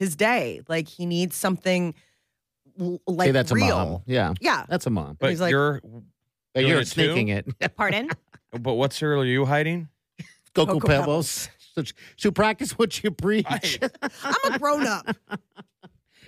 E: his day. Like he needs something l- like
C: Hey, that's
E: real."
C: a mom. Yeah,
E: Yeah,
C: that's a mom.
D: But
E: He's like-
D: you're.
C: But
D: Doing
C: you're
D: it
C: sneaking it. [laughs]
B: Pardon?
D: But what cereal are you hiding?
C: Cocoa,
E: Cocoa
C: Pebbles. So, so practice what you preach.
E: [laughs]
C: [laughs]
E: I'm a grown up.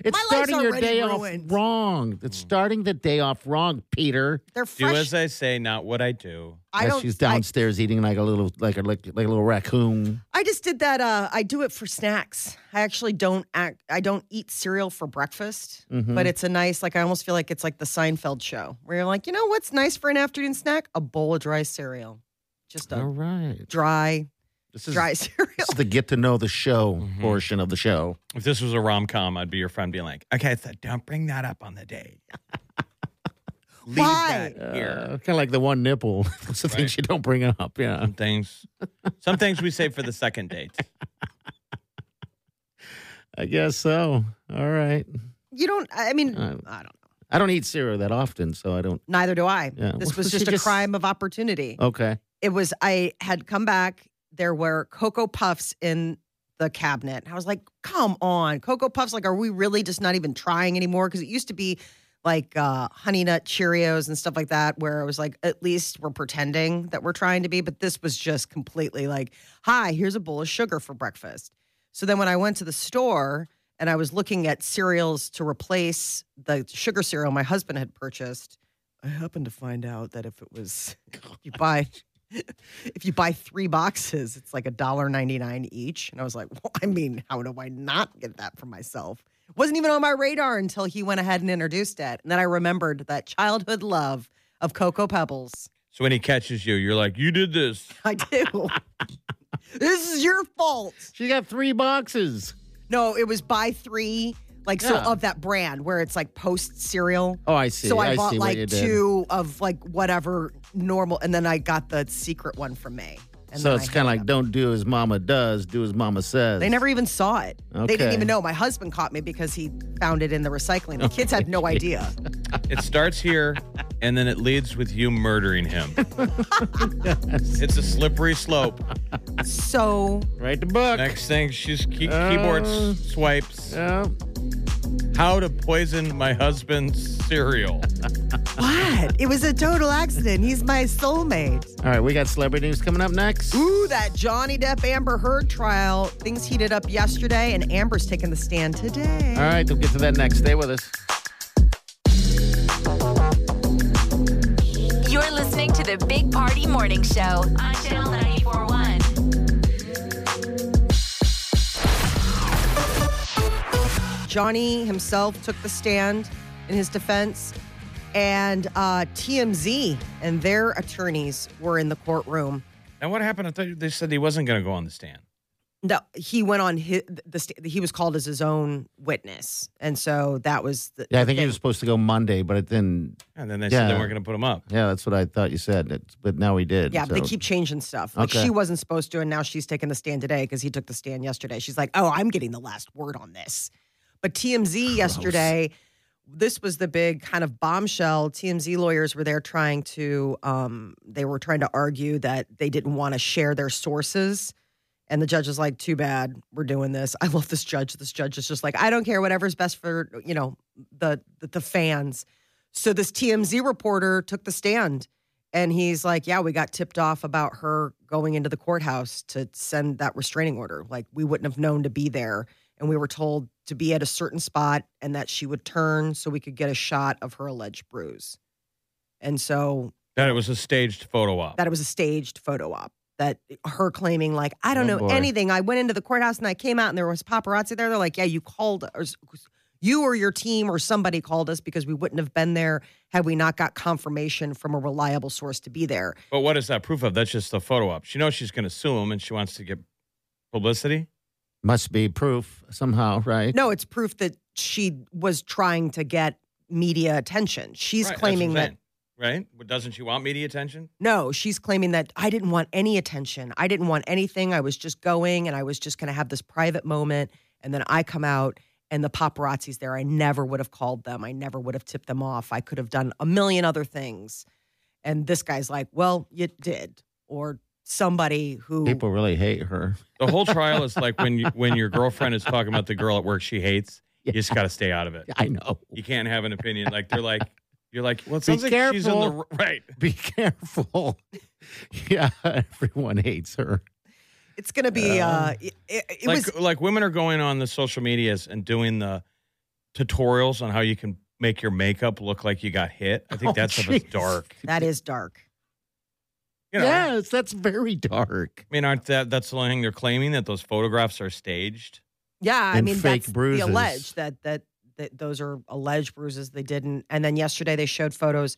C: It's
E: life's
C: starting your
E: already
C: day
E: ruined.
C: off wrong. It's
D: Hmm.
C: starting the day off wrong, Peter.
E: They're
D: Do
E: fresh.
D: as I say, not what I do.
E: I
C: As
E: don't.
C: she's
E: I-
C: downstairs eating like a little, like a like, like a little raccoon.
E: I just did that. Uh, I do it for snacks. I actually don't act. I don't eat cereal for breakfast,
C: Mm-hmm.
E: but it's a nice. Like I almost feel like it's like the Seinfeld show where you're like, you know what's nice for an afternoon snack? A bowl of dry cereal, just a
C: All right.
E: dry,
C: This is,
E: dry [laughs]
C: this
E: cereal.
C: is the get to know the show
D: Mm-hmm.
C: portion of the show.
D: If this was a rom com, I'd be your friend being like, okay, so don't bring that up on the day. [laughs] Leave
E: Why?
D: that here.
C: kind of Uh, like the one nipple. [laughs] Those are things
D: Right.
C: you don't bring up. Yeah.
D: Uh. Some things, some things we save for the second date.
C: I guess so. All right.
E: You don't. I mean,
C: Uh,
E: I don't. know.
C: I don't eat cereal that often, so I don't.
E: Neither do I.
C: Yeah.
E: This
C: Well,
E: was
C: she
E: just a
C: just-
E: crime of opportunity.
C: Okay.
E: It was. I had come back. There were cocoa puffs in the cabinet. I was like, come on, Cocoa Puffs. Like, are we really just not even trying anymore? Because it used to be like uh, Honey Nut Cheerios and stuff like that, where it was like, at least we're pretending that we're trying to be. But this was just completely like, hi, here's a bowl of sugar for breakfast. So then when I went to the store and I was looking at cereals to replace the sugar cereal my husband had purchased, I happened to find out that if it was, you buy if you buy three boxes, it's like a dollar ninety nine each. And I was like, well, I mean, how do I not get that for myself? Wasn't even on my radar until he went ahead and introduced it. And then I remembered that childhood love of Cocoa Pebbles.
D: So when he catches you, you're like, you did this.
E: I do. this is your fault.
C: She got three boxes.
E: No, it was buy three, like
C: Yeah.
E: so of that brand where it's like post cereal.
C: Oh, I see.
E: So I,
C: I
E: bought
C: see what you
E: like
C: did.
E: two of like whatever normal, and then I got the secret one from May. And
C: so
E: then
C: it's
E: I
C: kind of
E: held
C: like don't do as mama does, do as mama says.
E: They never even saw it. They didn't
C: Okay.
E: even know. My husband caught me because he found it in the recycling. The kids had no idea.
D: It starts here, and then it leads with you murdering [laughs] him. It's a slippery slope.
E: So
C: write the book.
D: Next thing, she's key- keyboard
C: Uh,
D: s- swipes.
C: Yeah.
D: How to poison my husband's cereal.
E: what? It was a total accident. He's my soulmate.
C: All right, we got celebrity news coming up next.
E: Ooh, that Johnny Depp Amber Heard trial. Things heated up yesterday, and Amber's taking the stand today.
C: All right, we'll get to that next. Stay with us.
B: listening to the Big Party Morning Show on Channel 941.
E: Johnny himself took the stand in his defense, and uh, TMZ and their attorneys were in the courtroom.
D: And what happened? I thought they said he wasn't going to go on the stand.
E: No, he went on his, the sta- he was called as his own witness, and so that was the,
C: Yeah, I think he was supposed to go Monday, but then
D: And then they
C: Yeah.
D: said they weren't going to put him up.
C: yeah, that's what I thought you said. It's, but now he did.
E: yeah.
C: so-
E: They keep changing stuff. Like
C: Okay.
E: she wasn't supposed to, and now she's taking the stand today because he took the stand yesterday. She's like, "Oh, I'm getting the last word on this." But TMZ yesterday, this was the big kind of bombshell. TMZ lawyers were there trying to, um, they were trying to argue that they didn't want to share their sources. And the judge is like, too bad we're doing this. [laughs] I love this judge. This judge is just like, I don't care, whatever's best for, you know, the the, the fans. So this TMZ reporter took the stand and he's like, Yeah, we got tipped off about her going into the courthouse to send that restraining order. Like we wouldn't have known to be there. And we were told to be at a certain spot and that she would turn so we could get a shot of her alleged bruise. And so
D: That it was a staged photo op.
E: that it was a staged photo op. That her claiming, like, I don't
C: Oh,
E: know
C: boy.
E: anything. I went into the courthouse and I came out and there was paparazzi there. They're like, yeah, you called us. You or your team or somebody called us because we wouldn't have been there had we not got confirmation from a reliable source to be there.
D: but what is that proof of? That's just a photo op. She knows she's going to sue him and she wants to get publicity.
C: must be proof somehow, right?
E: No, it's proof that she was trying to get media attention. She's
D: Right, that's what
E: claiming
D: I'm
E: that
D: saying. Right? Well, Doesn't she want media attention?
E: No, she's claiming that I didn't want any attention. I didn't want anything. I was just going and I was just going to have this private moment. And then I come out and the paparazzi's there. I never would have called them. I never would have tipped them off. I could have done a million other things. And this guy's like, well, you did. Or somebody who.
C: People really hate her.
D: The whole trial is like when you, when your girlfriend is talking about the girl at work she hates. You just got to stay out of it.
C: [laughs] I know.
D: You can't have an opinion. Like they're like you're like well, it sounds like she's in the
C: careful.
D: r- right.
C: Be careful. [laughs] yeah, [laughs] everyone hates her.
E: it's going to be. Uh,
C: Uh,
E: it it, it
D: like
E: was.
D: like women are going on the social medias and doing the tutorials on how you can make your makeup look like you got hit. I think
C: [laughs] Oh,
D: that stuff is
C: jeez.
D: dark.
E: That is dark.
D: You know,
C: Yes, that's very dark.
D: I mean, aren't that that's the only thing they're claiming that those photographs are staged?
E: Yeah, I
C: and
E: mean
C: fake
E: that's
C: bruises.
E: the alleged that that that those are alleged bruises they didn't. And then yesterday they showed photos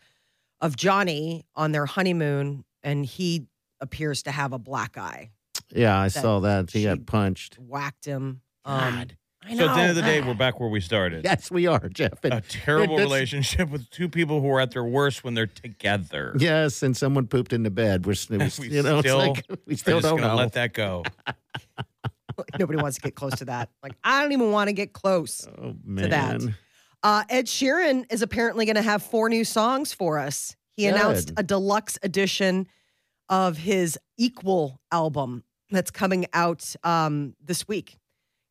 E: of Johnny on their honeymoon, and he appears to have a black eye.
C: Yeah, I
E: That
C: saw that. She,
E: she-
C: got punched.
E: Whacked him. Um,
C: God.
E: I
D: Um, So at the end of the [laughs]
E: know.
D: day, Uh, we're back where we started.
C: Yes, we are, Jeff. And-
D: A terrible
C: and this-
D: relationship with two people who are at their worst when they're together.
C: Yes, and someone pooped in the bed.
D: [laughs]
C: We're, s-
D: We
C: you know,
D: still-
C: it's like, [laughs] we
D: We're
C: still
D: just
C: don't
D: gonna
C: know.
D: let that
C: [laughs]
D: go.
E: [laughs] Nobody wants to get close to that. Like I don't even want to get close.
C: oh man,
E: that. Uh, Ed Sheeran is apparently going to have four new songs for us. He announced
C: Good.
E: a deluxe edition of his Equal album that's coming out um, this week.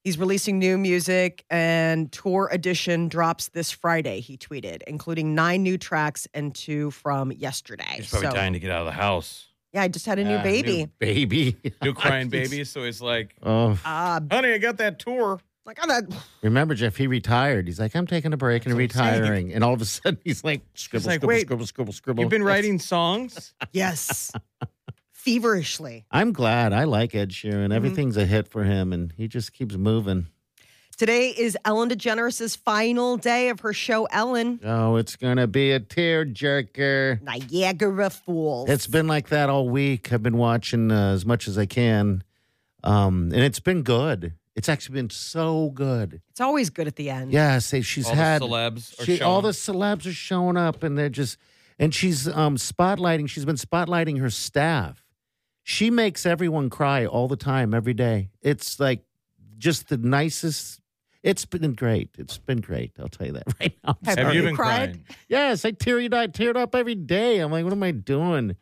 E: He's releasing new music, and Tour Edition drops this Friday, he tweeted, including nine new tracks and two from yesterday.
D: He's probably
E: So-
D: dying to get out of the house.
E: yeah, I just had a new
D: Yeah, new-
E: baby.
C: baby,
D: [laughs] New crying
C: [laughs] Jeez.
D: baby, so he's like,
C: Oh,
E: Uh,
D: "Honey, I got that tour."
E: like,
D: [laughs]
E: I'm not,
C: remember Jeff? He retired. He's like, I'm taking a break and
D: That's what I'm saying.
C: retiring, and all of a sudden he's like, scribble,
D: like,
C: scribble,
D: wait,
C: scribble, scribble, scribble.
D: You've been writing songs.
E: yes, feverishly.
C: I'm glad. I like Ed Sheeran. Everything's a hit for him, and he just keeps moving.
E: Today is Ellen DeGeneres' final day of her show, Ellen.
C: Oh, it's gonna be a tearjerker.
E: Niagara Falls.
C: It's been like that all week. I've been watching uh, as much as I can, um, and it's been good. It's actually been so good.
E: It's always good at the end.
C: Yes, they- she's
D: All the
C: had
D: celebs are
C: she- all
D: showing.
C: the celebs are showing up, and they're just and she's um, spotlighting. She's been spotlighting her staff. She makes everyone cry all the time, every day. It's like just the nicest. It's been great. It's been great. I'll tell you that [laughs] right now. I'm
E: Have
D: Have
C: sorry.
D: you
E: you
D: been
E: cried?
D: crying?
C: Yes, I teary eyed, teared up every day. I'm like, what am I doing?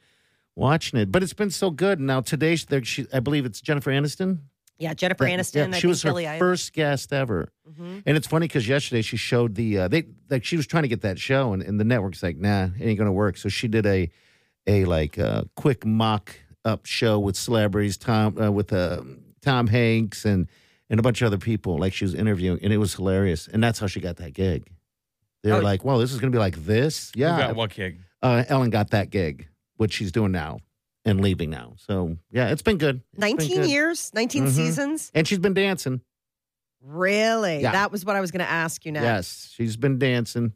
C: Watching it, but it's been so good. Now today, she, there- she, I believe it's Jennifer Aniston.
E: Yeah, Jennifer
C: Yeah,
E: Aniston. I
C: she
E: think
C: was her
E: Billie Eilish.
C: first guest ever,
E: Mhm.
C: and it's funny because yesterday she showed the uh, they like she was trying to get that show, and, and the network's like, nah, it ain't gonna work. So she did a a like uh, quick mock up show with celebrities, Tom uh, with um Tom Hanks and and a bunch of other people. Like she was interviewing, and it was hilarious. And that's how she got that gig. They were
E: Oh.
C: like, "Well, this is gonna be like this."
D: Who
C: Yeah,
D: got what gig?
C: uh, Ellen got that gig what she's doing now and leaving now. So yeah, it's been good. It's been
E: 19
C: good.
E: years, 19
C: Mhm.
E: seasons.
C: and she's been dancing.
E: Really?
C: Yeah.
E: That was what I was going to ask you next.
C: Yes, she's been dancing.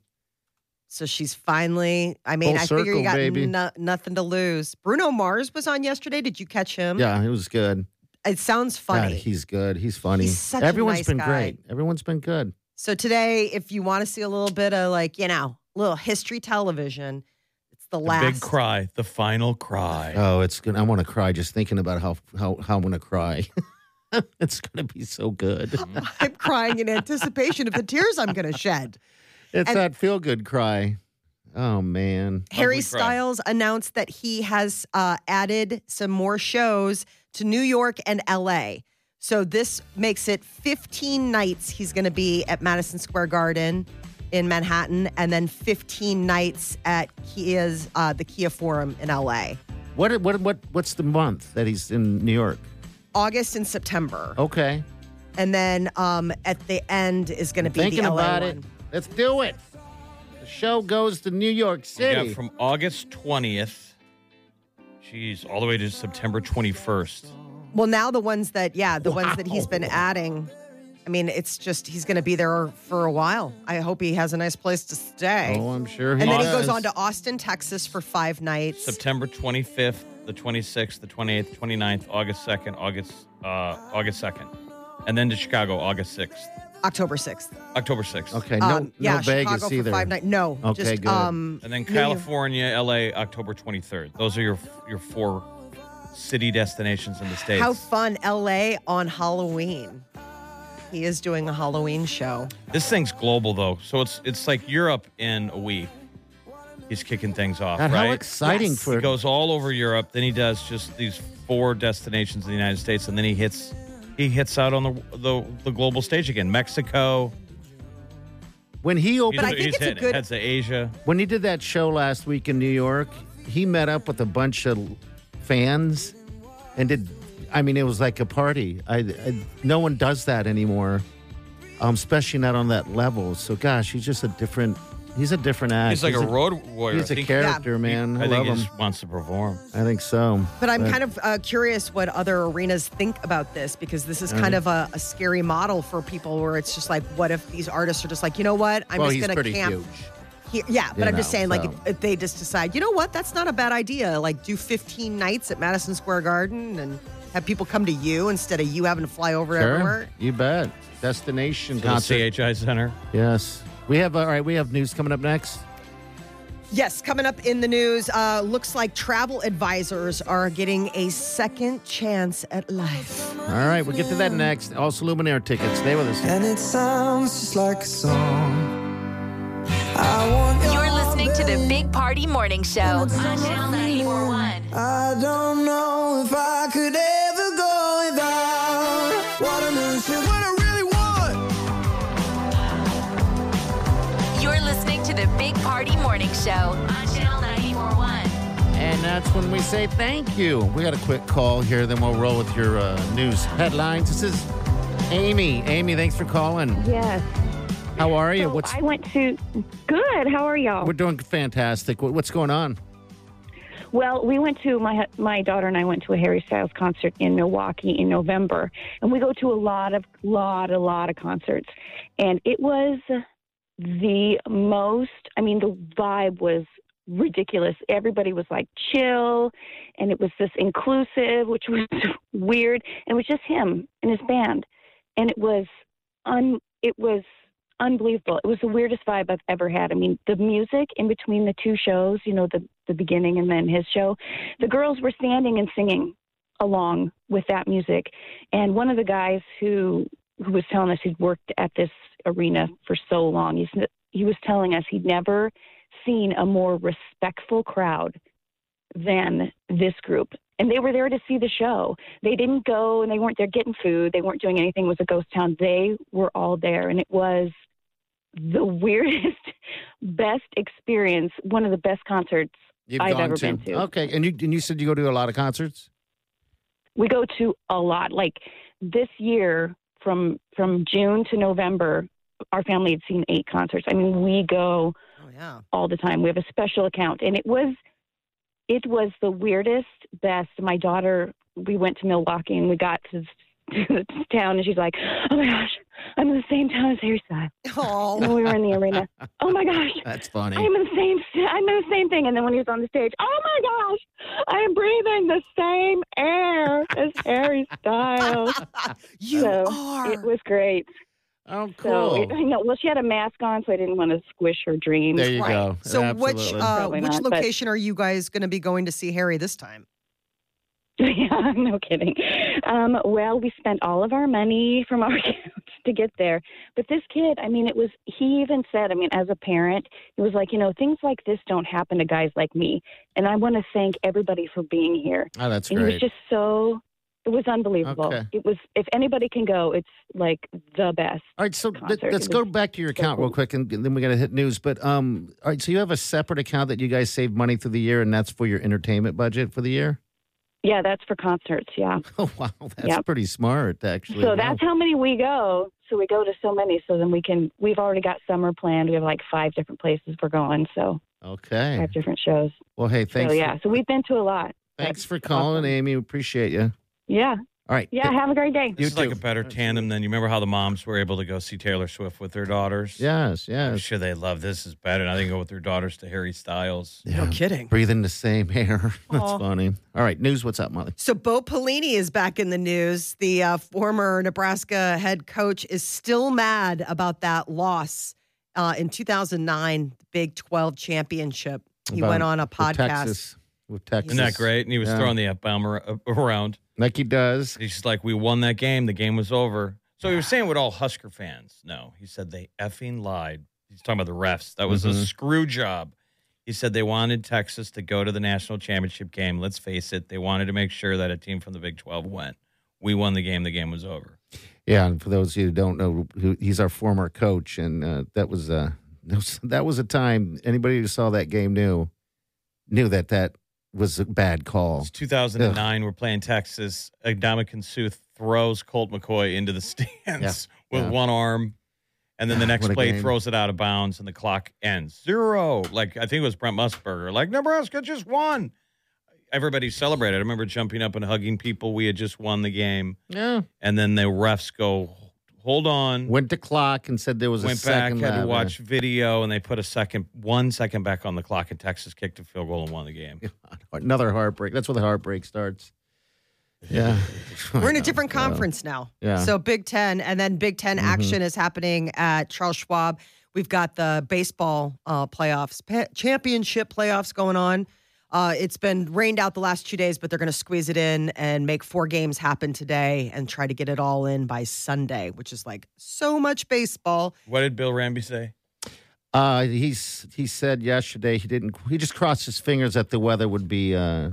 E: So she's finally, I mean,
C: Full
E: I figure
C: circle,
E: you got
C: baby.
E: no- nothing to lose. Bruno Mars was on yesterday. Did you catch him?
C: Yeah, it was good.
E: It sounds
C: God,
E: Mm. funny.
C: he's good. He's funny.
E: He's such a
C: Everyone's
E: nice
C: been
E: guy.
C: great. Everyone's been good.
E: So today, if you want to see a little bit of like, you know, little history television, it's the
D: The
E: last.
D: big cry, the final cry.
C: Oh, it's good. I want to cry just thinking about how how how I'm gonna cry. [laughs] it's gonna be so
E: [laughs]
C: good.
E: I'm crying in anticipation of the tears I'm going to shed.
C: It's
E: And-
C: that feel good cry. Oh man.
E: Harry
D: cry.
E: Styles announced that he has uh, added some more shows to New York and LA. So this makes it 15 nights he's going to be at Madison Square Garden in Manhattan, and then 15 nights at Kia's uh, the Kia Forum in LA.
C: What what what what's the month that he's in New York?
E: August and September,
C: Okay.
E: and then um, at the end is going to be
C: Thinking
E: the LA
C: about
E: one.
C: it. Let's do it. The show goes to New York
D: We
C: City.
D: got from August 20th, geez, all the way to September 21st.
E: Well, now the ones that, yeah, the ones that he's
C: Wow.
E: been adding. I mean, it's just he's going to be there for a while. I hope he has a nice place to stay.
C: oh, I'm sure.
E: and then he
C: does.
E: goes on to Austin, Texas for five nights.
D: September 25th, the 26th, the 28th, 29th, August 2nd, August uh, August 2nd, and then to Chicago, August 6th,
E: October 6th.
D: October 6th,
C: Okay, no,
E: um, yeah,
C: no Vegas
E: Chicago for
C: either.
E: five nights. No.
C: Okay,
E: just,
C: good.
E: Um,
D: and then
E: New York.
D: California, LA, October 23rd. Those are your your four city destinations in the states.
E: How fun. LA on Halloween. He is doing a Halloween show.
D: this thing's global though, so it's it's like Europe in a week. He's kicking things off,
C: God,
D: right?
C: How exciting
E: Yes.
D: He
C: for
D: goes all over Europe. Then he does just these four destinations in the United States, and then he hits he hits out on the the, the global stage again. Mexico.
C: when he
D: He's,
C: opened
E: I think
D: he's
E: it's a
D: hit-
E: good-
D: heads to Asia.
C: when he did that show last week in New York. He met up with a bunch of fans and did. I mean, it was like a party. I, I no one does that anymore, um, especially not on that level. So, gosh, he's just a different. He's a different act.
D: He's like a road warrior.
C: He's
D: I
C: a
D: think-
C: character,
D: he-
C: man. I,
D: I think
C: love
D: he
C: him.
D: just wants to perform.
C: I think so.
E: But I'm kind of uh, curious what other arenas think about this because this is kind of a, a scary model for people where it's just like, what if these artists are just like, you know what? I'm
C: well,
E: just
C: he's
E: going to
C: pretty
E: camp.
C: huge.
E: Here. Yeah, but
C: You
E: I'm just
C: know,
E: saying, like,
C: so.
E: if, if they just decide, you know what, that's not a bad idea. Like, do 15 nights at Madison Square Garden and have people come to you instead of you having to fly over
C: Sure,
E: everywhere.
C: you bet. Destination
D: To the
C: concert.
D: CHI Center.
C: Yes. We have uh, all right, we have news coming up next.
E: Yes, coming up in the news, uh, looks like travel advisors are getting a second chance at life.
C: All right, we'll get to that next. Also Luminaire tickets. Stay with us.
H: And it sounds just like a song. I want your
B: You're listening to the
H: belly.
B: Big Party Morning Show on Channel 941.
H: I don't know if I could ever go without watermelon sugar. What I really want.
B: You're listening to the Big Party Morning Show on Channel 941.
C: And that's when we say thank you. We got a quick call here, then we'll roll with your uh, news headlines. This is Amy. Amy, thanks for calling.
I: Yes.
C: How are you?
I: So
C: What's
I: I went to. Good. How are y'all?
C: we're doing fantastic. What- What's going on?
I: Well, we went to my my daughter and I went to a Harry Styles concert in Milwaukee in November, and we go to a lot of lot a lot of concerts, and it was the most. I mean, the vibe was ridiculous. Everybody was like chill, and it was this inclusive, which was [laughs] weird, and it was just him and his band, and it was un it was unbelievable. It was the weirdest vibe I've ever had. I mean, the music in between the two shows, you know, the the beginning and then his show, the girls were standing and singing along with that music. And one of the guys who who was telling us he'd worked at this arena for so long, he's, he was telling us he'd never seen a more respectful crowd than this group. And they were there to see the show. They didn't go and they weren't there getting food. They weren't doing anything. It was a ghost town. They were all there. And it was the weirdest, [laughs] best experience, one of the best concerts.
C: You've
I: I've
C: gone
I: ever
C: to.
I: been to.
C: Okay, and you and you said you go to a lot of concerts?
I: We go to a lot. Like this year, from from June to November, our family had seen eight concerts. I mean, we go
E: Oh, yeah. [laughs]
I: all the time. We have a special account, and it was it was the weirdest, best. My daughter, we went to Milwaukee and we got to, [laughs] to the town, and she's like, "Oh my gosh, I'm in the same town as Harry Styles."
E: Oh,
I: [laughs] when we were in the arena, oh my gosh,
C: That's funny.
I: I'm in the [laughs] same. I'm in the same thing. And then when he was on the stage, oh my gosh, I am breathing the same air as Harry Styles.
E: you
I: so
E: are.
I: It was great.
C: [laughs] Oh,
I: So
C: cool.
I: it, I know. Well, she had a mask on, so I didn't want to squish her dreams.
C: there you
E: right.
C: go.
E: So which
C: Absolutely.
E: uh,
I: Probably
E: which
I: not, but-
E: location are you guys going to be going to see Harry this time?
I: [laughs] yeah, no kidding. Um, well, we spent all of our money from our [laughs] accounts to get there. But this kid, I mean, it was, he even said, I mean, as a parent, he was like, you know, things like this don't happen to guys like me. And I want to thank everybody for being here.
C: oh, that's
I: and he was
C: great.
I: just so, it was unbelievable.
C: Okay.
I: It was, if anybody can go, it's like the best.
C: All right, so let,
I: concert.
C: us
I: It
C: go
I: was
C: back to your
I: so
C: account real
I: cool.
C: quick, and then we got to hit news. But um, all right, so you have a separate account that you guys save money through the year, and that's for your entertainment budget for the year. [laughs]
I: Yeah, that's for concerts. Yeah.
C: Oh wow, that's
I: Yep.
C: pretty smart, actually.
I: So
C: Wow.
I: that's how many we go. So we go to so many. So then we can, we've already got summer planned. We have like five different places we're going. So
C: okay.
I: five different shows.
C: Well, hey, thanks.
I: so
C: for-
I: yeah, so we've been to a lot.
C: thanks for calling,
I: awesome.
C: Amy. Appreciate you.
I: Yeah,
C: All right.
I: yeah. Have a great day.
D: This is like
C: too.
D: a better tandem than you remember how the moms were able to go see Taylor Swift with their daughters.
C: Yes.
D: I'm
C: Yes.
D: sure they love this is better. Now they can go with their daughters to Harry Styles.
C: Yeah.
E: No kidding.
C: Breathing the same [laughs] air. That's
E: Aw.
C: funny. All right, news. What's up, Molly?
E: So Bo Pelini is back in the news. The uh, former Nebraska head coach is still mad about that loss uh, in 2009 Big 12 championship. He
C: About-
E: went on a
C: With
E: podcast.
C: Texas. With Texas.
D: Isn't that great? And he was
C: Yeah.
D: throwing the F bomb ar- around.
C: Like he does.
D: He's just like, we won that game. The game was over. So he was saying what all Husker fans know. He said they effing lied. He's talking about the refs. That was a
C: Mhm.
D: screw job. He said they wanted Texas to go to the national championship game. Let's face it, they wanted to make sure that a team from the Big 12 went. We won the game. The game was over.
C: Yeah, and for those of you who don't know, who- he's our former coach, and uh, that was uh, [laughs] that was- that was a time anybody who saw that game knew knew that that was a bad call.
D: It's 2009. We're playing Texas. Adamakin Sooth throws Colt McCoy into the [laughs] stands with
C: Yeah.
D: one arm. And then the next
C: [sighs] What a
D: play
C: game.
D: throws it out of bounds and the clock ends. Zero. Like, I think it was Brent Musburger. Like, Nebraska just won. Everybody celebrated. I remember jumping up and hugging people. We had just won the game.
C: Yeah,
D: And then the refs go, hold on.
C: went to clock and said there was a
D: Went back,
C: second
D: had to
C: left.
D: watch video, and they put a second, one second back on the clock, and Texas kicked a field goal and won the game.
C: [laughs] Another heartbreak. That's where the heartbreak starts. Yeah,
E: We're in a
C: [laughs]
E: different conference now.
C: Yeah.
E: So Big 10 and then Big 10 action is happening at Charles Schwab. We've got the baseball uh, playoffs, pa- championship playoffs going on. Uh, it's been rained out the last two days, but they're going to squeeze it in and make four games happen today and try to get it all in by Sunday, which is like so much baseball.
D: What did Bill Ramby say?
C: Uh, he's he said yesterday he didn't. He just crossed his fingers that the weather would be uh,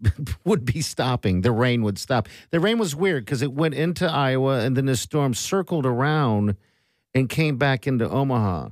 C: [laughs] would be stopping. The rain would stop. The rain was weird because it went into Iowa and then the storm circled around and came back into Omaha,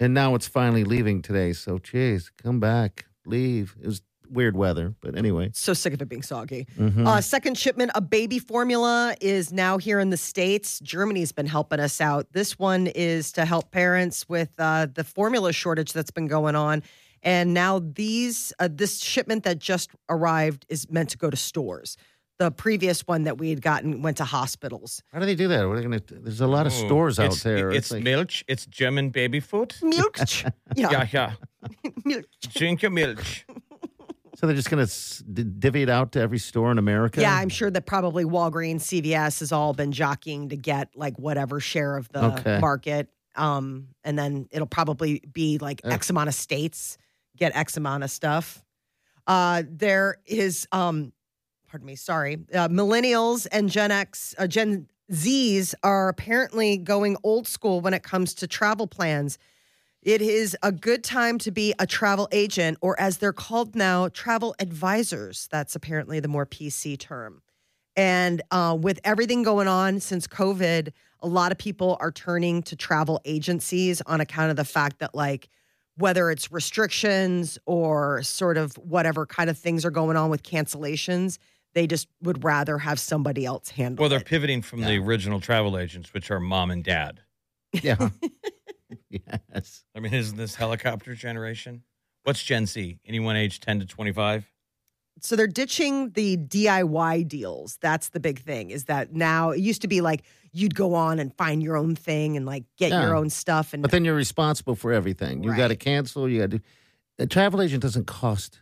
C: and now it's finally leaving today. So, geez, come back, leave. It was weird weather, but anyway.
E: So sick of it being soggy.
C: Mhm.
E: Uh, second shipment of baby formula is now here in the States. Germany's been helping us out. This one is to help parents with uh, the formula shortage that's been going on. And now these uh, this shipment that just arrived is meant to go to stores. The previous one that we had gotten went to hospitals.
C: How do they do that? What are they gonna? There's a lot of
D: Oh,
C: stores out
D: it's-
C: there.
D: It's,
C: like-
D: milch. It's German baby food.
E: Milk. [laughs] yeah,
D: Yeah, yeah.
E: milk.
D: Drink your milch.
C: so they're just gonna s- d- divvy it out to every store in America.
E: Yeah, I'm sure that probably Walgreens, CVS has all been jockeying to get like whatever share of the
C: Okay.
E: market. Um, and then it'll probably be like
C: Uh.
E: X amount of states get X amount of stuff. Uh, there is, um, pardon me, sorry, uh, millennials and Gen X, uh, Gen Zs are apparently going old school when it comes to travel plans. It is a good time to be a travel agent, or as they're called now, travel advisors. That's apparently the more PC term. And uh, with everything going on since COVID, a lot of people are turning to travel agencies on account of the fact that, like, whether it's restrictions or sort of whatever kind of things are going on with cancellations, they just would rather have somebody else handle
D: Well, they're
E: it.
D: pivoting from the original travel agents, which are mom and dad.
E: [laughs]
C: Yeah. [laughs] yes.
D: I mean, isn't this helicopter generation? What's Gen Z? Anyone age 10 to 25?
E: so they're ditching the DIY deals. That's the big thing. Is that now it used to be like you'd go on and find your own thing and like get
C: Yeah.
E: your own stuff and
C: But then you're responsible for everything. You got to cancel. You got to. A travel agent doesn't cost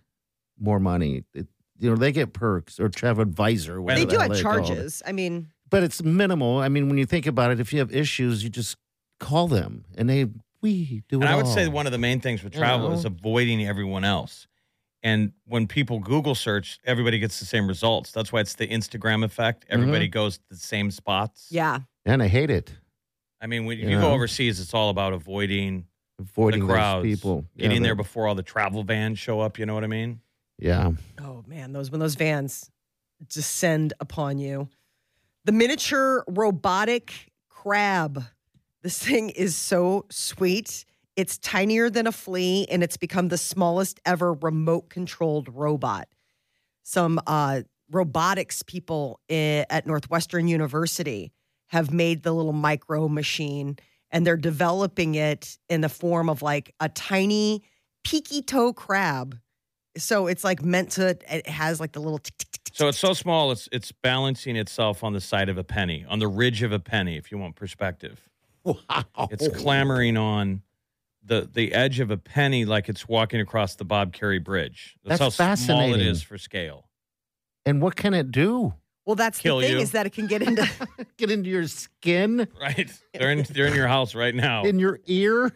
C: more money. It, you know they get perks or travel advisor.
E: they
C: whatever
E: do
C: the
E: have
C: hell they call it.
E: charges. I mean,
C: but it's minimal. I mean, when you think about it, if you have issues, you just call them and they we do it.
D: And I would say
C: all.
D: one of the main things with
C: You
D: travel is
C: know?
D: avoiding everyone else. And when people Google search, everybody gets the same results. That's why it's the Instagram effect.
C: Mm-hmm.
D: Everybody goes to the same spots.
E: yeah.
C: and I hate it
D: I mean, when
C: You
D: you, go
C: know?
D: overseas, it's all about avoiding
C: avoiding
D: the
C: those
D: crowds,
C: people Yeah,
D: getting
C: the-
D: there before all the travel vans show up. You know what I mean?
C: Yeah,
E: Oh man, those when those vans descend upon you. The miniature robotic crab. This thing is so sweet. It's tinier than a flea and it's become the smallest ever remote controlled robot. Some uh, robotics people i- at Northwestern University have made the little micro machine and they're developing it in the form of like a tiny peaky toe crab. So it's like meant to, it has like the little tick, tick, tick,
D: So it's so small, it's it's balancing itself on the side of a penny, on the ridge of a penny, if you want perspective.
C: Oh.
D: It's clamoring on the the edge of a penny like it's walking across the Bob Carey Bridge. That's,
C: That's
D: how small it
C: fascinating.
D: is for scale.
C: and what can it do?
E: Well, that's
D: Kill
E: the thing
D: you.
E: is that it
C: [laughs]
E: can get into.
C: Get into your skin,
D: Right? They're in they're in your house right now.
C: in your ear.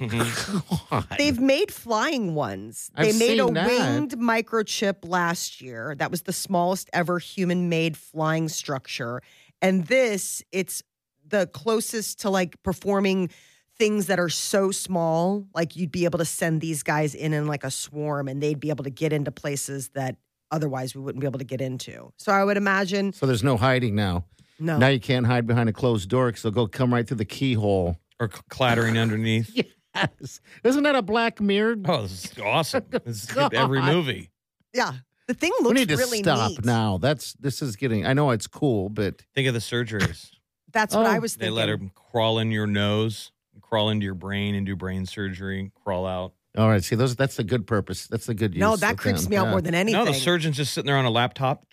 D: Mm.
C: [laughs]
E: They've made flying ones. They
C: I've
E: made a
C: seen that.
E: winged microchip last year. That was the smallest ever human-made flying structure. And this, it's the closest to like performing things that are so small, like you'd be able to send these guys in in like a swarm and they'd be able to get into places that otherwise we wouldn't be able to get into. So I would imagine
C: So there's no hiding now.
E: no.
C: Now you can't hide behind a closed door because they'll go come right through the keyhole.
D: [laughs] Or cl- clattering
C: [laughs]
D: underneath.
C: Yes. Isn't that a Black Mirror?
D: Oh, this is awesome. This is every
C: God.
D: movie.
E: yeah. The thing looks
C: we need to
E: really
C: stop
E: neat.
C: now. That's this is getting. I know it's cool, but
D: Think of the surgeries.
E: That's what
C: Oh.
E: I was
D: They
E: thinking.
D: let her crawl in your nose, crawl into your brain and do brain surgery, crawl out.
C: all right. See, those that's the good purpose. That's the good use.
E: no, that
C: of
E: creeps
C: them.
E: me out
C: Yeah.
E: more than anything.
D: No, the surgeon's just sitting there on a laptop.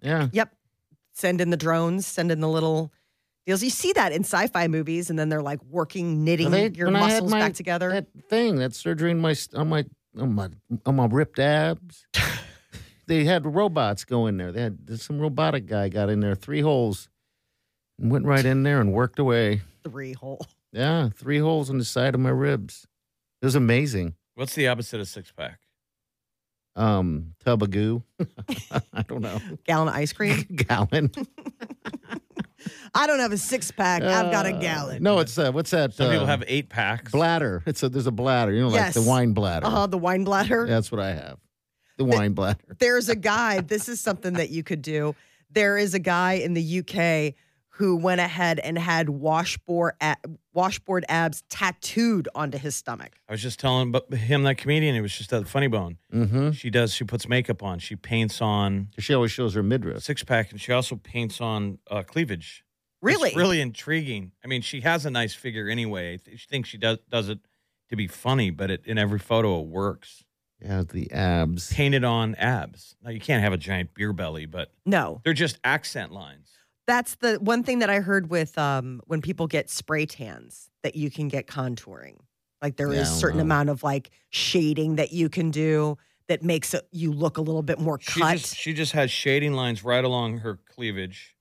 C: Yeah.
E: Yep. Send in the drones, send in the little deals. You see that in sci-fi movies, and then they're like working, knitting
C: They-
E: your
C: when I had
E: muscles
C: my-
E: back together.
C: That thing, that surgery in my st- on my on my on my
E: [laughs]
C: ripped abs. they had robots go in there. They had there's some robotic guy got in there, three holes, and went right in there and worked away.
E: Three hole.
C: Yeah, three holes on the side of my ribs. It was amazing.
D: What's the opposite of six pack?
C: Um, tub of goo. [laughs] I don't know. [laughs]
E: Gallon of ice cream.
C: gallon.
E: I don't have a six pack. I've got a
C: Uh,
E: gallon.
C: No, it's uh, what's that?
D: Some
C: uh,
D: people have eight packs.
C: bladder. It's a there's a bladder. You know,
E: Yes.
C: like the wine bladder.
E: Uh huh. The wine bladder.
C: That's what I have. The wine bladder.
E: There's a guy. This is something that you could do. There is a guy in the UK who went ahead and had washboard a- washboard abs tattooed onto his stomach.
D: I was just telling bu- him that comedian. It was just at Funny Bone.
E: Hmm.
C: Mm-hmm.
D: She does. She puts makeup on. She paints on
C: She always shows her midriff.
D: six pack, and she also paints on uh, cleavage. It's
E: Really?
D: really intriguing. I mean, she has a nice figure anyway. I th- she thinks she does does it to be funny, but it, in every photo, it works.
C: Yeah, the abs.
D: Painted on abs. Now you can't have a giant beer belly, but
E: No.
D: they're just accent lines.
E: That's the one thing that I heard with um, when people get spray tans that you can get contouring. Like there is
C: Yeah, I don't
E: certain
C: know.
E: amount of like shading that you can do that makes it, you look a little bit more
D: She
E: cut.
D: just she just has shading lines right along her cleavage,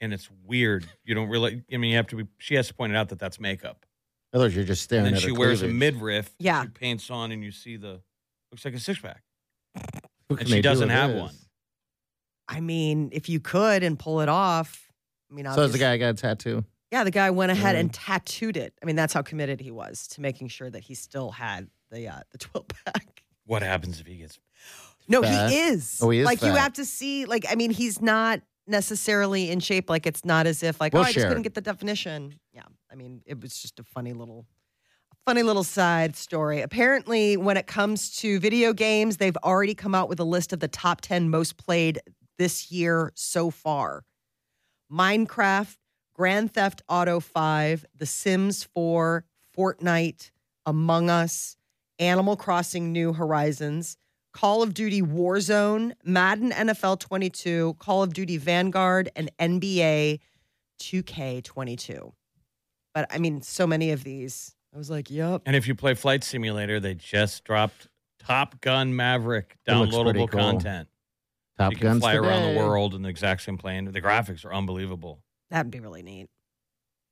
D: and it's weird. You don't really. I mean, you have to be. She has to point it out that that's makeup.
C: Otherwise, you're just staring
D: and
C: at
D: then
C: her
D: she wears a
C: cleavage.
D: midriff. and
E: Yeah.
D: she paints on, and you see the looks like a six pack.
C: Who
D: and
C: can
D: she
C: they do
D: doesn't
C: it
D: have
C: with?
D: one.
E: I mean, if you could and pull it off, I mean,
C: So there's a
E: obvious-
C: guy got a tattoo.
E: Yeah, the guy went ahead
C: Mm.
E: and tattooed it. I mean, that's how committed he was to making sure that he still had the uh, the twelve [laughs] pack.
D: What happens if he gets?
E: No,
C: Fat.
E: he is.
C: Oh, he is
E: Like you
C: fat.
E: have to see. Like I mean, he's not necessarily in shape. Like it's not as if like
C: We'll
E: oh, I just
C: share
E: couldn't get
C: it.
E: the definition. Yeah, I mean, it was just a funny little, funny little side story. Apparently, when it comes to video games, they've already come out with a list of the top ten most played this year so far. Minecraft, Grand Theft Auto 5, The Sims 4, Fortnite, Among Us, Animal Crossing New Horizons, Call of Duty Warzone, Madden NFL 22, Call of Duty Vanguard, and NBA 2K22. But I mean, so many of these. I was like, yup.
D: And if you play Flight Simulator, they just dropped Top Gun Maverick
C: It looks pretty
D: downloadable
C: cool.
D: content.
C: Top
D: you can
C: Guns
D: fly around the
C: today.
D: world in the exact same plane. The graphics are unbelievable.
E: That'd be really neat.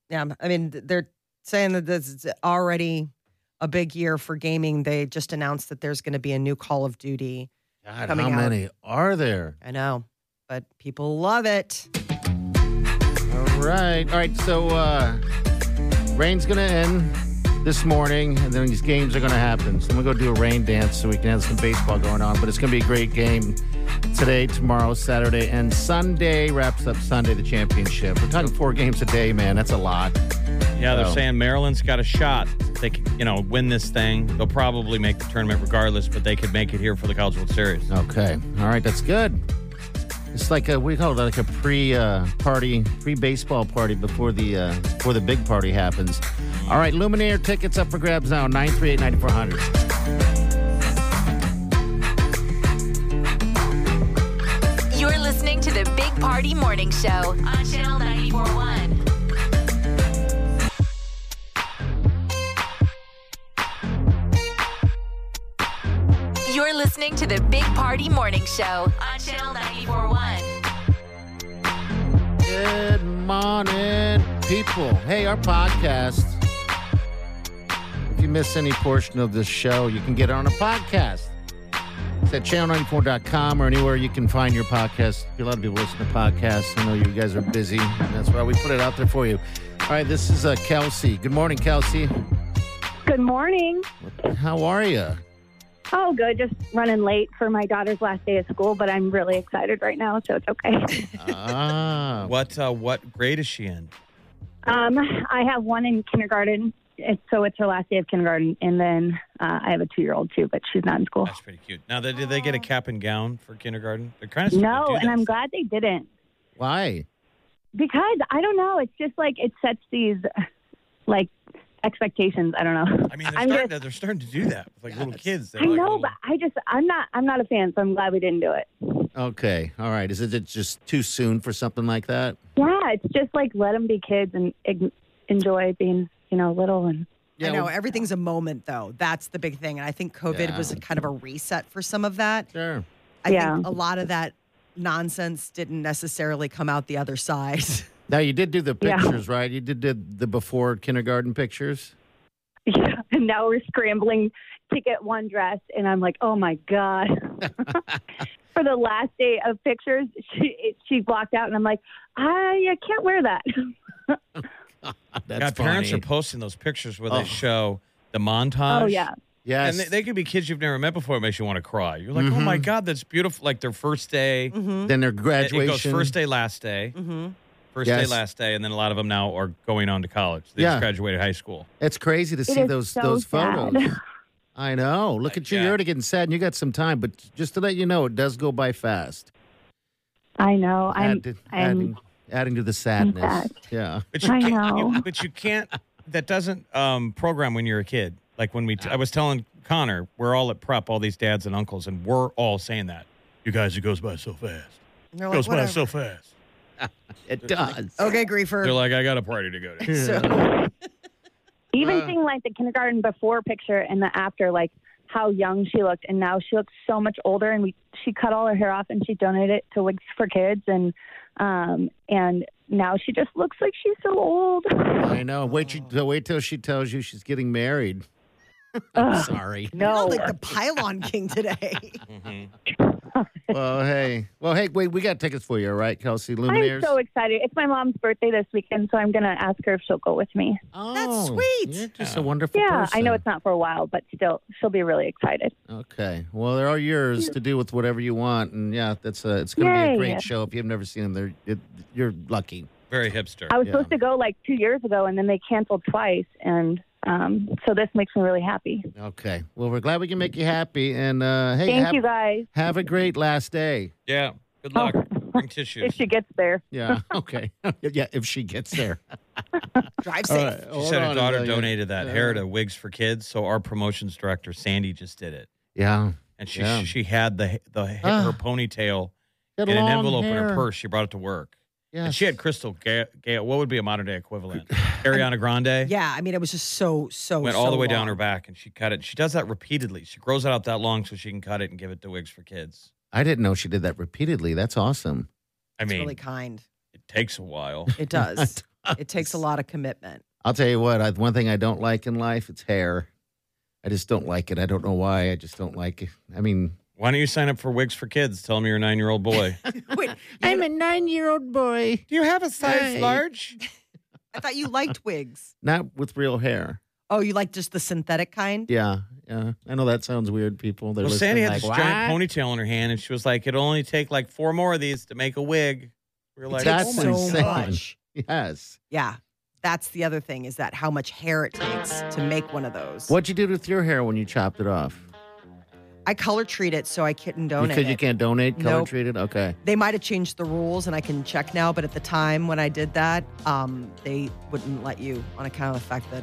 E: Yeah, I mean, th- they're saying that this is already a big year for gaming. They just announced that there's going to be a new Call of Duty.
C: God,
E: coming
C: how
E: out.
C: many are there?
E: I know, but people love it.
C: All right. All right. So uh, rain's going to end this morning, and then these games are going to happen. So I'm going to go do a rain dance so we can have some baseball going on. But it's going to be a great game today, tomorrow, Saturday, and Sunday wraps up Sunday, the championship. We're talking four games a day, man. That's a lot.
D: Yeah, they're
C: So-
D: saying Maryland's got a shot. They could, you know, win this thing. They'll probably make the tournament regardless, but they could make it here for the College World Series.
C: Okay. All right. That's good. It's like a, what do you call it? Like a pre uh, party, pre baseball party before the uh, before the big party happens. All right. Luminaire tickets up for grabs now 938 9400.
B: You're listening to the Big Party Morning Show on Channel 941. You're listening to the Big Party Morning Show on Channel 941.
C: Good morning, people. Hey, our podcast. If you miss any portion of this show, you can get it on a podcast. It's at channel94.com or anywhere you can find your podcast. A lot of people listen to podcasts. I know you guys are busy, and that's why we put it out there for you. All right, this is uh, Kelsey. Good morning, Kelsey.
F: Good morning.
C: How are you?
F: Oh, good. Just running late for my daughter's last day of school, but I'm really excited right now, so it's okay. [laughs]
E: [laughs]
C: Ah,
D: What uh, what grade is she in?
F: Um, I have one in kindergarten, it's- so it's her last day of kindergarten, and then uh, I have a two-year-old too, but she's not in school.
D: That's pretty cute. Now, they, did they get a cap and gown for kindergarten? They're kind of
F: No, and I'm glad they didn't
C: why?
F: because I don't know. It's just like it sets these like expectations. I don't know.
D: I mean, they're
F: I'm
D: starting,
F: just,
D: to, they're starting to do that with like little kids. They're
F: I
D: like "Oh,
F: know,
D: little-
F: but I just I'm not I'm not a fan, so I'm glad we didn't do it.
C: Okay, all right. Is it just too soon for something like that?
F: Yeah, it's just like let them be kids and ign- enjoy being you know little and
E: I
C: Yeah,
E: know
C: well-
E: everything's a moment, though. That's the big thing, and I think COVID
C: Yeah.
E: was a kind of a reset for some of that.
C: Sure.
E: I
F: Yeah.
E: think a lot of that nonsense didn't necessarily come out the other side. [laughs]
C: Now you did do the
F: Yeah.
C: pictures, right? You did, did the before kindergarten pictures. [laughs]
F: [laughs] yeah. And now we're scrambling to get one dress, and I'm like, oh my god. For the last day of pictures, she she blocked out, and I'm like, I, I can't wear that.
C: That's
D: God, parents are
C: funny.
D: posting those pictures where they
C: Oh.
D: show the montage.
F: oh yeah,
C: Yes.
D: And they, they could be kids you've never met before. It makes you want to cry. You're like, oh
C: Mhm.
D: my God, that's beautiful. Like their first day.
E: mm-hmm.
C: then their
D: It-
C: graduation.
D: It goes first day, last day.
E: Mm-hmm.
D: First
C: Yes.
D: day, last day. And then a lot of them now are going on to college. They
C: Yeah.
D: just graduated high school.
C: It's crazy to see
F: is
C: those
F: so
C: those
F: sad.
C: photos.
F: [laughs]
C: I know. Look at you.
D: Yeah.
C: You're already getting sad, and you got some time. But just to let you know, it does go by fast.
F: I know. I'm
C: Add to-
F: I'm
C: adding, adding to the sadness.
F: sad.
C: Yeah.
D: But you
F: I
D: can't, you-
F: know.
D: but you can't. That doesn't um, program when you're a kid. Like when we, t- I was telling Connor, we're all at prep, all these dads and uncles, and we're all saying that. You guys, it goes by so fast.
E: And they're
D: It
E: like,
D: goes by
E: "Whatever."
D: so fast.
C: It does.
E: okay, griefer.
D: They're like, I got a party to go to. [laughs]
E: [laughs] So-
F: even
C: Uh.
F: seeing like the kindergarten before picture and the after, like how young she looked, and now she looks so much older. And we she cut all her hair off and she donated it to Wigs for Kids, and um and now she just looks like she's so old.
C: I know. Wait, you, wait till she tells you she's getting married. I'm
F: Ugh.
C: sorry.
E: You're
F: No,
E: like the
F: [laughs]
E: pylon king today. [laughs]
D: Mhm.
C: Well, hey. Well, hey. Wait, we got tickets for you, all right, Kelsey
F: I'm
C: Luminaires.
F: so excited. It's my mom's birthday this weekend, so I'm gonna ask her if she'll go with me.
C: oh,
E: That's sweet.
C: You're just a wonderful
F: Yeah, I know
C: person.
F: it's not for a while, but still, she'll be really excited.
C: Okay. Well, they're all yours to do with whatever you want, and yeah, that's a, it's going to be a
F: Yay.
C: great show. If you've never seen them, they're it, you're lucky.
D: Very hipster.
F: I was
C: Yeah.
F: supposed to go like two years ago, and then they canceled twice, and um, so this makes me really happy.
C: Okay. Well, we're glad we can make you happy, and uh, hey,
F: Thank
C: have,
F: you guys.
C: have a great
F: [laughs]
C: last day.
D: Yeah. Good luck. Bring tissues.
F: Oh. If she gets there.
C: Yeah. Okay. [laughs] yeah. If she gets there.
E: Drive
C: All
E: safe.
C: right.
D: [laughs] She
C: Hold
D: said
C: on
D: her
C: a
D: daughter
C: second. Uh-huh.
D: donated that
C: Yeah.
D: hair to Wigs for Kids. So our promotions director, Sandy, just did it.
C: Yeah.
D: and she
C: Yeah.
D: she had the the her
C: Ah.
D: ponytail
C: That
D: in an
C: long
D: envelope in her
C: hair.
D: purse. She brought it to work. And
C: Yes.
D: she had Crystal Gale, Gale. What would be a modern day equivalent? Ariana Grande
E: Yeah, I mean, it was just so so
D: went all
E: so
D: the way
E: long.
D: down her back, and she cut it. She does that repeatedly. She grows it out that long so she can cut it and give it to Wigs for Kids.
C: [laughs] I didn't know she did that repeatedly. That's awesome.
D: I mean, [laughs]
E: Really kind.
D: it takes a while.
E: It does. it takes a lot of commitment.
C: I'll tell you what. I, one thing I don't like in life, it's hair. I just don't like it. I don't know why. I just don't like it. I mean,
D: Why don't you sign up for Wigs for Kids? Tell them you're a nine year old
E: [laughs]
D: boy.
E: Wait,
C: [laughs] I'm a nine-year-old boy,
D: Do you have a size
C: Hey.
D: large?
E: I thought you liked wigs.
C: not with real hair.
E: Oh, you like just the synthetic kind?
C: Yeah, yeah. I know that sounds weird. People, they're
D: Well,
C: listening.
D: Sandy had
C: like,
D: this giant
C: "What?"
D: ponytail in her hand, and she was like, "It'll only take like four more of these to make a wig." We were like,
C: That's
D: "Oh my
E: so
C: insane.
D: God."
E: much.
C: Yes.
E: Yeah. That's the other thing is that how much hair it takes to make one of those.
C: What'd you do with your hair when you chopped it off?
E: I color treat it so I couldn't
C: You
E: donate.
C: could- you
E: it.
C: can't donate, color
E: Nope.
C: treated. Okay. [laughs]
E: They might have changed the rules and I can check now, but at the time when I did that, um, they wouldn't let you on account of the fact that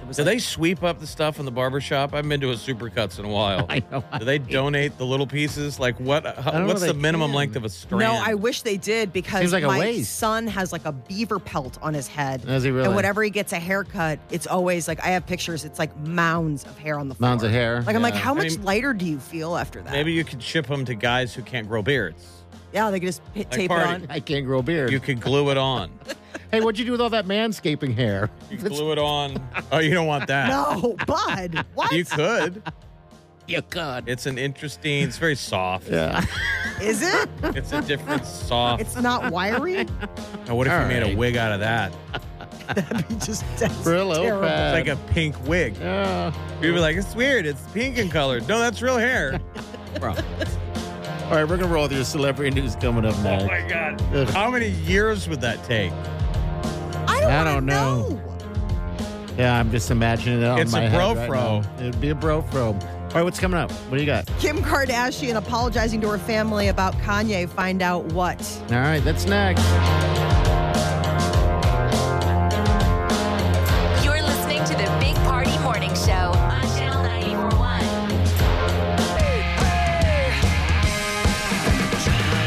E: it was
D: Do
E: like,
D: they sweep up the stuff in the barber shop? I've been to a Supercuts in a while.
C: I know.
D: Do they donate the little pieces? Like what?
C: know
D: How,
C: if
D: what's the
C: they
D: minimum
C: can.
D: length of a strand?
E: No, I wish they did because
C: Seems like a
E: my
C: waste.
E: son has like a beaver pelt on his head.
C: Does he really?
E: And whenever he gets a haircut, it's always like I have pictures, it's like mounds of hair on the floor.
C: Mounds of hair.
E: Like I'm like,
C: Yeah.
E: how much
D: mean-
E: lighter do you feel after that?
D: Maybe you could ship them to guys who can't grow beards.
E: Yeah, they could just p- tape
D: party.
E: it on.
C: I can't grow a beard.
D: You
E: [laughs]
D: could glue it on.
C: hey, what'd you do with all that manscaping
D: [laughs]
C: hair?
D: You glue it on. Oh, you don't want that.
E: [laughs] No, bud. What
D: You
E: is
D: could.
C: You could.
D: It's an interesting. It's very soft.
C: Yeah.
D: [laughs]
E: it?
D: It's a different soft.
E: It's not wiry.
D: now, what if you
C: All
D: made a
C: right.
D: wig out of that?
E: That'd be just that's
C: Real
E: terrible.
D: It's like
C: open.
E: Um.
D: a pink wig.
C: Yeah.
D: You'd be like, it's weird. It's pink in color. No, that's real hair. Bro.
C: All right, we're gonna roll with your celebrity news coming up next.
D: Oh my God. How many years would that take?
E: I don't,
C: I
E: wanna
C: don't know. Yeah, I'm just imagining it on
D: It's
C: my
D: a
C: head
D: bro
C: right
D: fro.
C: now. It'd be a bro fro. All right, what's coming up? What do you got?
E: Kim Kardashian apologizing to her family about Kanye. Find out what.
C: All right, that's next.
B: You're listening to the Big Party Morning Show on Channel 941.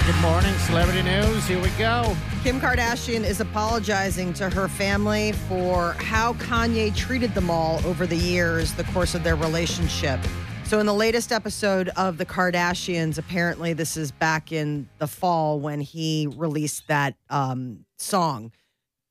C: Good morning, celebrity news. Here we go. [laughs]
E: Kim Kardashian is apologizing to her family for how Kanye treated them all over the years, the course of their relationship. So, in the latest episode of The Kardashians, apparently this is back in the fall when he released that um, song,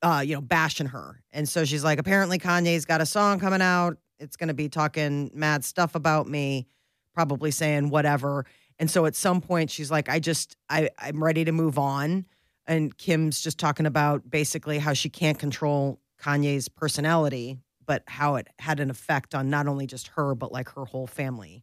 E: uh, you know, bashing her. And so she's like, apparently Kanye's got a song coming out. It's going to be talking mad stuff about me, probably saying whatever. And so at some point, she's like, I just, I, I'm ready to move on and Kim's just talking about basically how she can't control Kanye's personality, but how it had an effect on not only just her but like her whole family.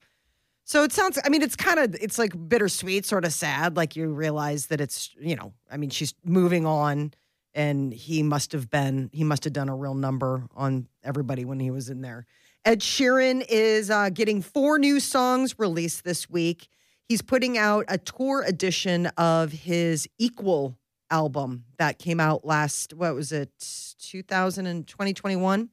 E: So it sounds I mean it's kind of it's like bittersweet, sort of sad like you realize that it's, you know, I mean she's moving on and he must have been he must have done a real number on everybody when he was in there. Ed Sheeran is uh, getting four new songs released this week. He's putting out a tour edition of his Equal album that came out last, what was it, 2000 and 2021.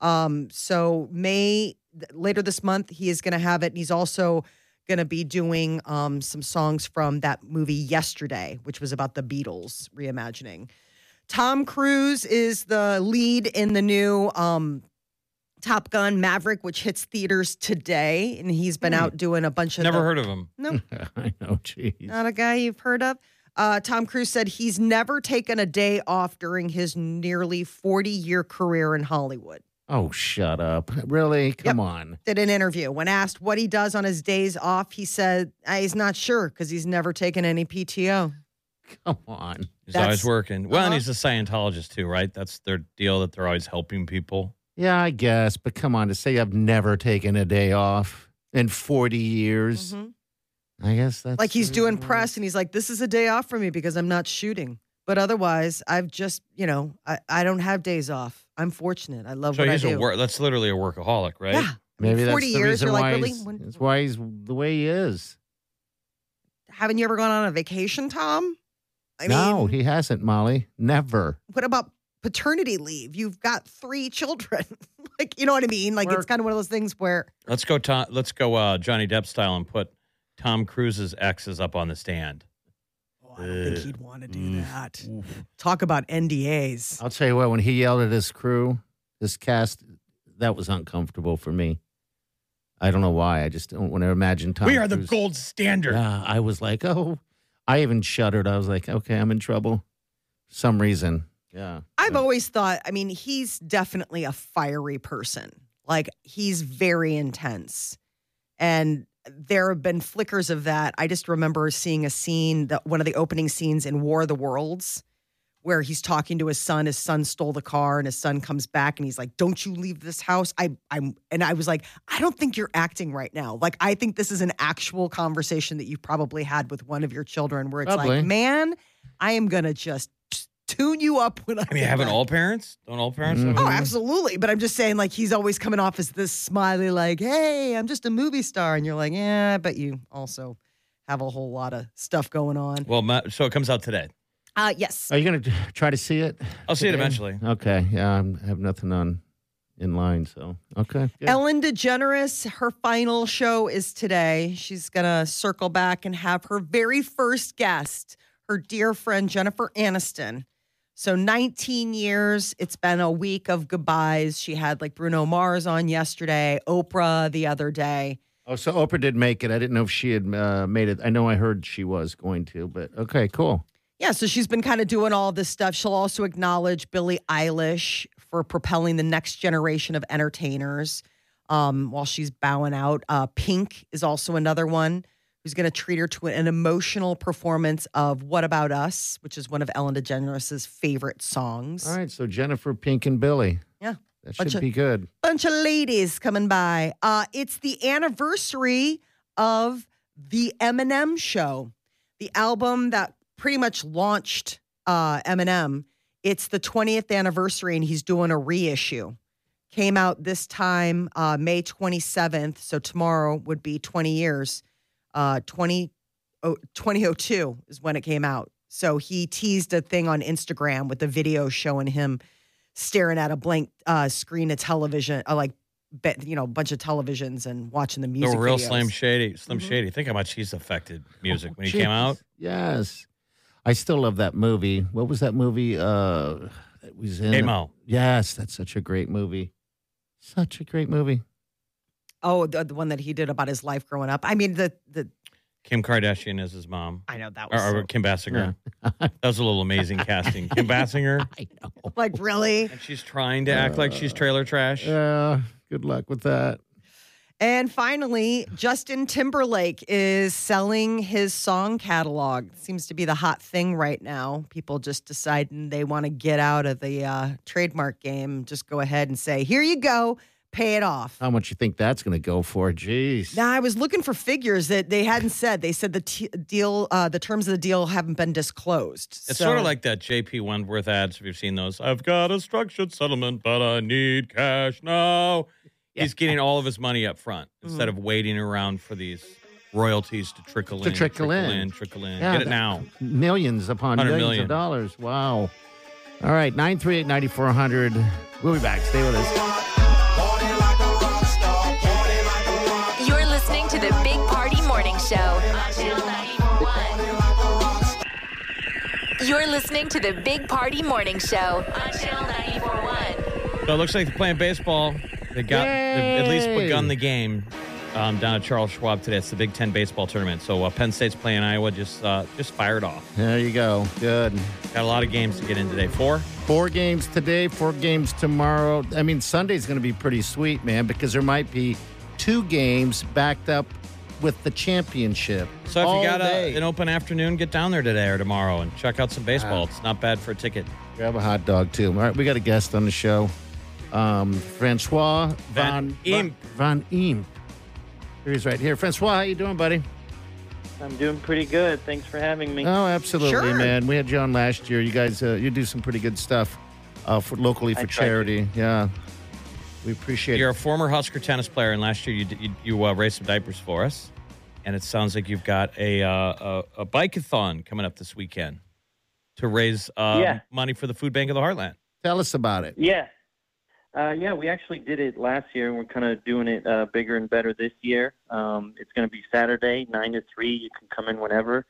E: Um, so May, th- later this month, he is going to have it. And he's also going to be doing um, some songs from that movie Yesterday, which was about the Beatles reimagining. Tom Cruise is the lead in the new um, Top Gun Maverick, which hits theaters today. And he's been out doing a bunch of
D: Hmm. Never
E: the-
D: heard of him.
C: I know, jeez.
E: not a guy you've heard of. Uh, Tom Cruise said he's never taken a day off during his nearly 40 year career in Hollywood.
C: Oh, shut up. Really? Come on.
E: Did an interview. When asked what he does on his days off, he said "Uh, he's not sure because he's never taken any PTO.
C: Come on.
D: He's
E: That's-
D: always working. Well, and
E: Uh-huh.
D: he's a Scientologist too, right? That's their deal that they're always helping people.
C: Yeah, I guess, but come on, to say I've never taken a day off in 40 years, I guess that's
E: Mm-hmm. Like he's
C: the
E: doing
C: reason why.
E: press and he's like, this is a day off for me because I'm not shooting. But otherwise, I've just, you know, I, I don't have days off. I'm fortunate. I love
D: So
E: what
D: he's
E: I do.
D: a work. That's literally a workaholic, right?
E: Yeah. I mean,
C: Maybe that's
E: 40
C: the
E: years,
C: reason
E: you're like,
C: why
E: really?
C: he's,
E: When-
C: that's why he's the way he is.
E: haven't you ever gone on a vacation, Tom? I
C: no, he hasn't, Molly. Never.
E: what about paternity leave? You've got three [laughs] children. like, you know what I mean? Like, it's
C: Work.
E: kind of one of those things where
D: Let's go. To, let's go. Uh, Johnny Depp style and put Tom Cruise's ex is up on the stand.
E: Oh, I don't think he'd want to do
D: mm.
E: that. Talk about NDAs.
C: I'll tell you what, when he yelled at his crew, his cast, that was uncomfortable for me. I don't know why. I just don't want to imagine Tom.
D: we are the
C: Cruise-
D: gold standard.
C: Yeah, I was like, oh, I even shuddered. I was like, okay, I'm in trouble. For some reason. Yeah.
E: I've always thought, I mean, he's definitely a fiery person. Like, he's very intense. And there have been flickers of that. I just remember seeing a scene that one of the opening scenes in War of the Worlds where he's talking to his son. His son stole the car, and his son comes back and he's like, Don't you leave this house. I I'm and I was like, I don't think you're acting right now. Like, I think this is an actual conversation that you probably had with one of your children where it's
C: Probably.
E: like, man, I am gonna just tune you up when I
D: I mean,
E: get
D: haven't
E: back."
D: all parents? Don't all parents?
C: Mhm.
D: have-
E: Oh, absolutely. But I'm just saying, like, he's always coming off as this smiley, like, hey, I'm just a movie star. And you're like, yeah, but you also have a whole lot of stuff going on.
D: Well, my, so it comes out today.
E: Uh, yes.
C: Are you going to try to see it?
D: I'll see it
C: today?
D: eventually.
C: Okay. Yeah, I'm- I have nothing on in line. So, okay. good.
E: Ellen DeGeneres, her final show is today. She's going to circle back and have her very first guest, her dear friend Jennifer Aniston. So 19 years, it's been a week of goodbyes. She had like Bruno Mars on yesterday, Oprah the other day.
C: Oh, so Oprah did make it. I didn't know if she had uh, made it. I know I heard she was going to, but okay, cool.
E: Yeah, so she's been kind of doing all this stuff. She'll also acknowledge Billie Eilish for propelling the next generation of entertainers um, while she's bowing out. Uh, Pink is also another one who's going to treat her to an emotional performance of What About Us, which is one of Ellen DeGeneres' favorite songs.
C: All right. So, Jennifer, Pink, and Billy.
E: Yeah.
C: That
E: Bunch
C: should
E: of-
C: be good.
E: Bunch of ladies coming by. Uh, it's the anniversary of the Eminem show, the album that pretty much launched uh, Eminem. It's the 20th anniversary, and he's doing a reissue. Came out this time, uh, May 27th. So tomorrow would be 20 years. Uh, 20, oh, 2002 is when it came out. So he teased a thing on Instagram with a video showing him staring at a blank uh, screen of television, uh, like, be- you know, a bunch of televisions and watching the music.
D: The real
E: videos. Oh,
D: Slim Shady. Slim
E: Mhm.
D: Shady. Think how much he's affected music when he
C: Jeez.
D: came out.
C: Oh, Yes. I still love that movie. What was that movie? Uh, that was in.
D: Hey, Mo.
C: Yes, that's such a great movie. Such a great movie.
E: Oh, the, the one that he did about his life growing up. I mean, the the
D: Kim Kardashian is his mom.
E: I know that
D: Or,
E: was so-
D: or [laughs] Kim Basinger. That was a little
E: [laughs]
D: amazing casting. Kim Basinger.
C: I know.
E: like really.
D: And she's trying to act like
C: Uh.
D: she's trailer trash.
C: Yeah. Good luck with that.
E: And finally, Justin Timberlake is selling his song catalog. Seems to be the hot thing right now. People just deciding they want to get out of the uh, trademark game. Just go ahead and say, "Here you go, pay it off."
D: Uh.
C: How much you think that's going to go for? Jeez.
E: Now, I was looking for figures that they hadn't said. They said the t- deal, uh, the terms of the deal haven't been disclosed.
D: It's
E: So-
D: sort of like that JP Wentworth ads. If you've seen those, I've got a structured settlement, but I need cash now. He's getting all of his money up front instead of waiting around for these royalties to trickle
C: Mm. To
D: in,
C: trickle in.
D: trickle in.
C: Yeah,
D: Get it
C: that-
D: now.
C: millions upon
D: 100
C: millions
D: million.
C: of dollars. Wow. All right, 938 9400. We'll be back. Stay with us.
B: You're listening to the Big Party Morning Show on Channel 941. You're listening to the Big Party Morning Show on Channel 941.
D: So it looks like they're playing baseball. They got they've at least
C: Yay.
D: begun the game um, down at Charles Schwab today. It's the Big Ten baseball tournament. So uh, Penn State's playing Iowa. Just uh, just fired off.
C: There you go. Good.
D: Got a lot of games to get in today. Four.
C: Four games today, four games tomorrow. I mean, Sunday's going to be pretty sweet, man, because there might be two games backed up with the championship.
D: So if
C: all
D: you got
C: day.
D: a, an open afternoon, get down there today or tomorrow and check out some baseball. It's not bad for a ticket.
C: grab a hot dog too. All right, we got a guest on the show, um, Francois
D: Van
C: Van
D: Imp.
C: Van Imp. Here he's right here. Francois, how you doing, buddy?
J: I'm doing pretty good. Thanks for having me.
C: Oh, absolutely,
E: Sure.
C: man. We had you on last year. You guys, uh, you do some pretty good stuff uh, for locally
J: I
C: for
J: try to.
C: charity. Yeah, we appreciate
D: You're a
C: it.
D: former Husker tennis player, and last year you d- you, you uh, raised some diapers for us. And it sounds like you've got a uh, a, a bikeathon coming up this weekend to raise uh,
J: Yeah.
D: money for the food bank of the Heartland.
C: Tell us about it.
J: Yeah. Uh, yeah, we actually did it last year, and we're kind of doing it uh, bigger and better this year. Um, it's going to be Saturday, nine to three. You can come in whenever.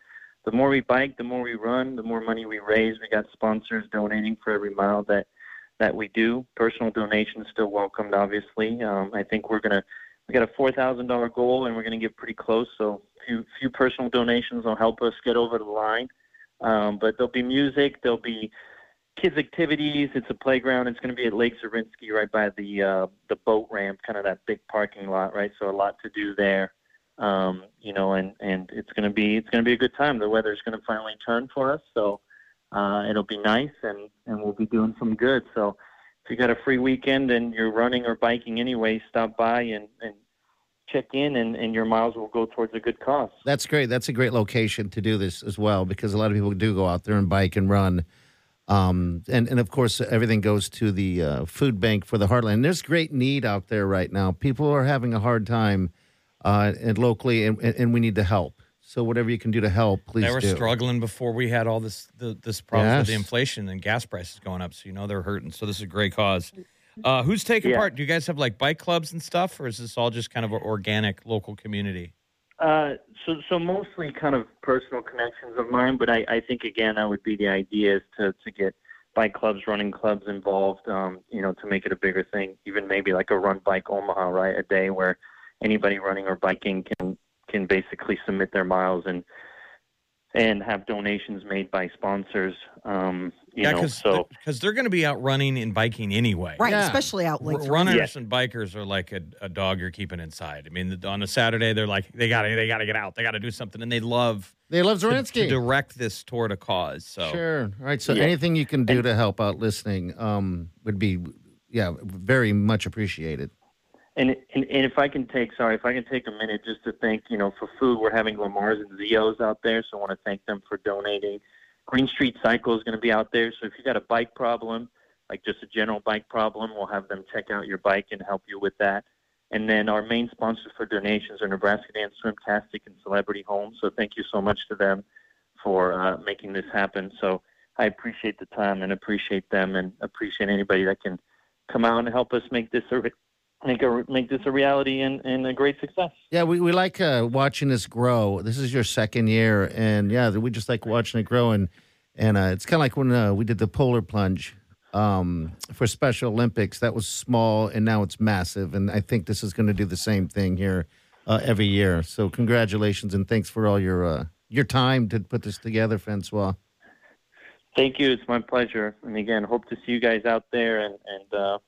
J: The more we bike, the more we run, the more money we raise. We got sponsors donating for every mile that that we do. Personal donations still welcomed, obviously. Um, I think we're gonna we got a four thousand dollar goal, and we're gonna get pretty close. So few few personal donations will help us get over the line. Um, but there'll be music. There'll be kids activities. It's a playground. It's going to be at Lake Zerinsky, right by the uh, the boat ramp, kind of that big parking lot, right? So a lot to do there, um, you know. And and it's going to be it's going to be a good time. The weather's going to finally turn for us, so uh, it'll be nice, and and we'll be doing some good. So if you got a free weekend and you're running or biking anyway, stop by and and check in, and and your miles will go towards a good cause.
C: That's great. That's a great location to do this as well because a lot of people do go out there and bike and run. Um, and, and of course, everything goes to the uh, food bank for the heartland. There's great need out there right now. People are having a hard time uh, and locally, and, and and we need to help. So, whatever you can do to help, please
D: they were
C: do.
D: struggling before we had all this the, this problem with the
C: Yes.
D: inflation and gas prices going up. So you know they're hurting. So this is a great cause. Uh, who's taking
J: Yeah.
D: part? Do you guys have like bike clubs and stuff, or is this all just kind of an organic local community?
J: Uh, so, so mostly kind of personal connections of mine, but I, I think again, that would be the idea is to, to get bike clubs, running clubs involved, um, you know, to make it a bigger thing, even maybe like a run bike Omaha, right? A day where anybody running or biking can, can basically submit their miles and, and have donations made by sponsors. Um, you know,
D: because
J: so,
D: they're going to be out running and biking anyway.
E: Right, especially out Lake
D: R-
E: [laughs]
D: runners
E: Zerinsky.
D: and bikers are like a, a dog you're keeping inside. I mean, on a Saturday they're like they got to they got to get out, they got to do something, and they love
C: They love
D: to- to
C: Zerinsky.
D: direct this toward a cause. So
C: Sure. All right. So
D: Yeah.
C: anything you can do to help out listening um, would be, yeah, very much appreciated.
J: And, and and if I can take sorry, if I can take a minute just to thank you know for food, we're having Lamar's and Zio's out there, so I want to thank them for donating. Green Street Cycle is going to be out there, so if you got a bike problem, like just a general bike problem, we'll have them check out your bike and help you with that. And then our main sponsors for donations are Nebraska Dance Swimtastic and Celebrity Home, so thank you so much to them for uh, making this happen. So I appreciate the time and appreciate them and appreciate anybody that can come out and help us make this a re- make a make this a reality and, and a great success.
C: Yeah, we, we like uh, watching this grow. This is your second year, and yeah, we just like watching it grow. And and uh, it's kind of like when uh, we did the polar plunge um, for Special Olympics. That was small, and now it's massive. And I think this is going to do the same thing here uh, every year. So congratulations, and thanks for all your uh, your time to put this together, Francois.
J: Thank you. It's my pleasure. And again, hope to see you guys out there and and uh,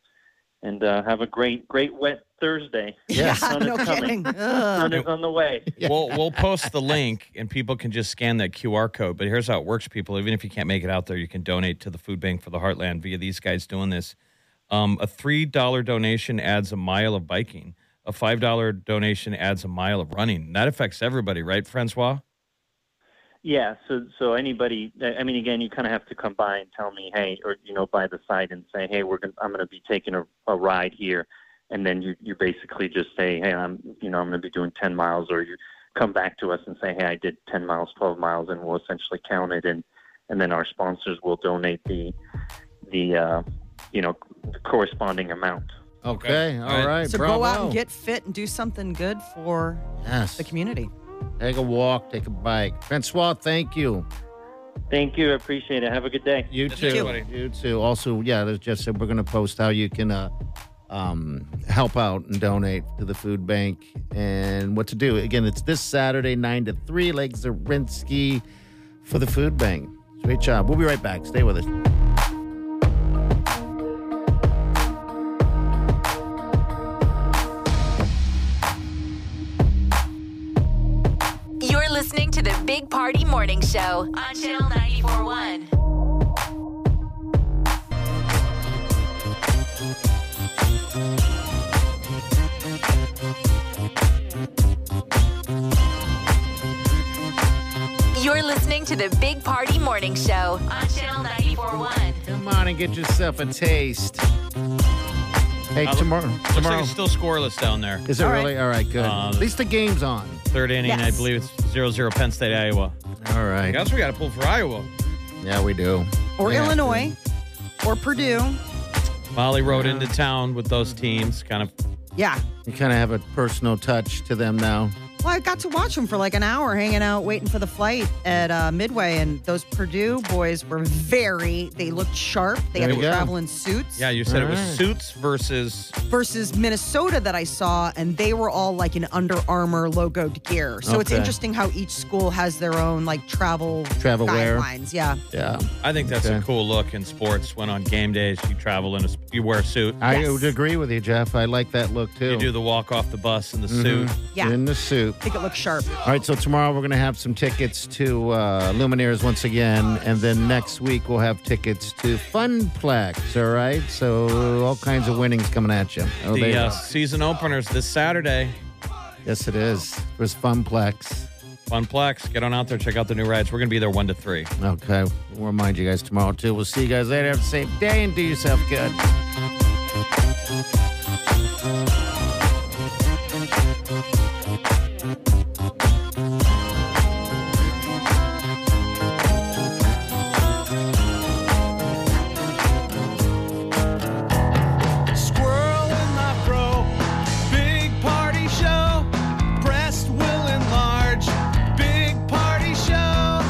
J: and uh, have a great great wet Thursday.
D: Yeah,
J: sun
E: no
J: is coming.
E: kidding.
J: Sun is on the way.
D: We'll we'll post the link and people can just scan that QR code. But here's how it works, people. Even if you can't make it out there, you can donate to the food bank for the Heartland via these guys doing this. Um, a three dollar donation adds a mile of biking. A five dollar donation adds a mile of running. That affects everybody, right, Francois?
J: Yeah. So so anybody, I mean, again, you kind of have to come by and tell me, hey, or you know, by the side and say, hey, we're gonna, I'm going to be taking a, a ride here, and then you you basically just say, hey, I'm you know I'm going to be doing 10 miles, or you come back to us and say, hey, I did 10 miles, 12 miles, and we'll essentially count it, and and then our sponsors will donate the the uh, you know corresponding amount.
C: Okay, all right.
E: So
C: bravo.
E: go out and get fit and do something good for
C: Yes.
E: the community.
C: Take a walk, take a bike. Francois, thank you.
J: Thank you. I appreciate it. Have a good day.
C: You
J: Thank
C: too.
J: you,
C: You,
J: buddy.
C: too. Also, yeah, as Jeff said, we're going to post how you can uh, um, help out and donate to the food bank and what to do. Again, it's this Saturday, 9 to 3, Lake Zerinsky for the food bank. Great job. We'll be right back. Stay with us.
B: You're listening to the Big Party Morning Show on Channel 941. You're listening to the Big Party Morning Show on Channel 941.
C: Come on and get yourself a taste. Hey,
D: Uh, look-
C: tomorrow.
D: Looks
C: tomorrow.
D: like it's still scoreless down there.
C: is it really? All right, good.
D: Um,
C: At least the game's on.
D: Third inning, I
C: Yes.
D: believe it's 0-0 Penn State, Iowa.
C: All right.
D: Guys, we got to pull for Iowa.
C: Yeah, we do.
E: Or
C: Yeah.
E: Illinois. Or Purdue.
D: Molly rode into town with those teams, kind of
E: Yeah.
C: You kind of have a personal touch to them now.
E: Well, I got to watch them for like an hour hanging out, waiting for the flight at uh, Midway. And those Purdue boys were very, they looked sharp. They
D: There
E: had
D: you
E: to
D: go.
E: travel in suits.
D: Yeah, you said it was
E: Alright.
D: suits versus
E: Versus Minnesota that I saw, and they were all like in Under Armour logoed gear. So it's
D: Okay.
E: interesting how each school has their own like travel
D: Travel wear.
E: guidelines. Yeah.
C: Yeah.
D: I think that's a
C: Okay.
D: cool look in sports when on game days you travel in a you wear a suit.
C: I would agree with you, Jeff. I like that look too.
D: You do Mm-hmm. the walk off the bus in the
C: Mhm.
D: suit.
C: In the suit.
E: I think it looks sharp.
C: All right, so tomorrow we're going to have some tickets to uh, Lumineers once again, and then next week we'll have tickets to Funplex. All right, so all kinds of winnings coming at you. Oh, there
D: the
C: you
D: uh,
C: go.
D: season openers this Saturday.
C: yes, it is. There's Funplex.
D: Funplex, get on out there, check out the new rides. We're gonna be there one to three.
C: Okay, we'll remind you guys tomorrow too. We'll see you guys later. Have a safe day and do yourself good.
A: Squirrel in my fro. Big party show. Breast will enlarge. Big party show.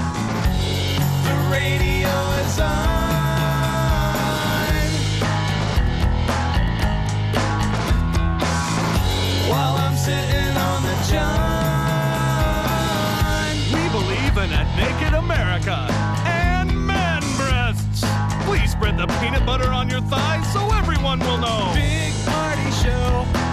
A: The radio is on. While I'm sitting on the john. We believe in a naked America and man breasts. Please spread the peanut butter on your thighs so everyone will know. Big party show.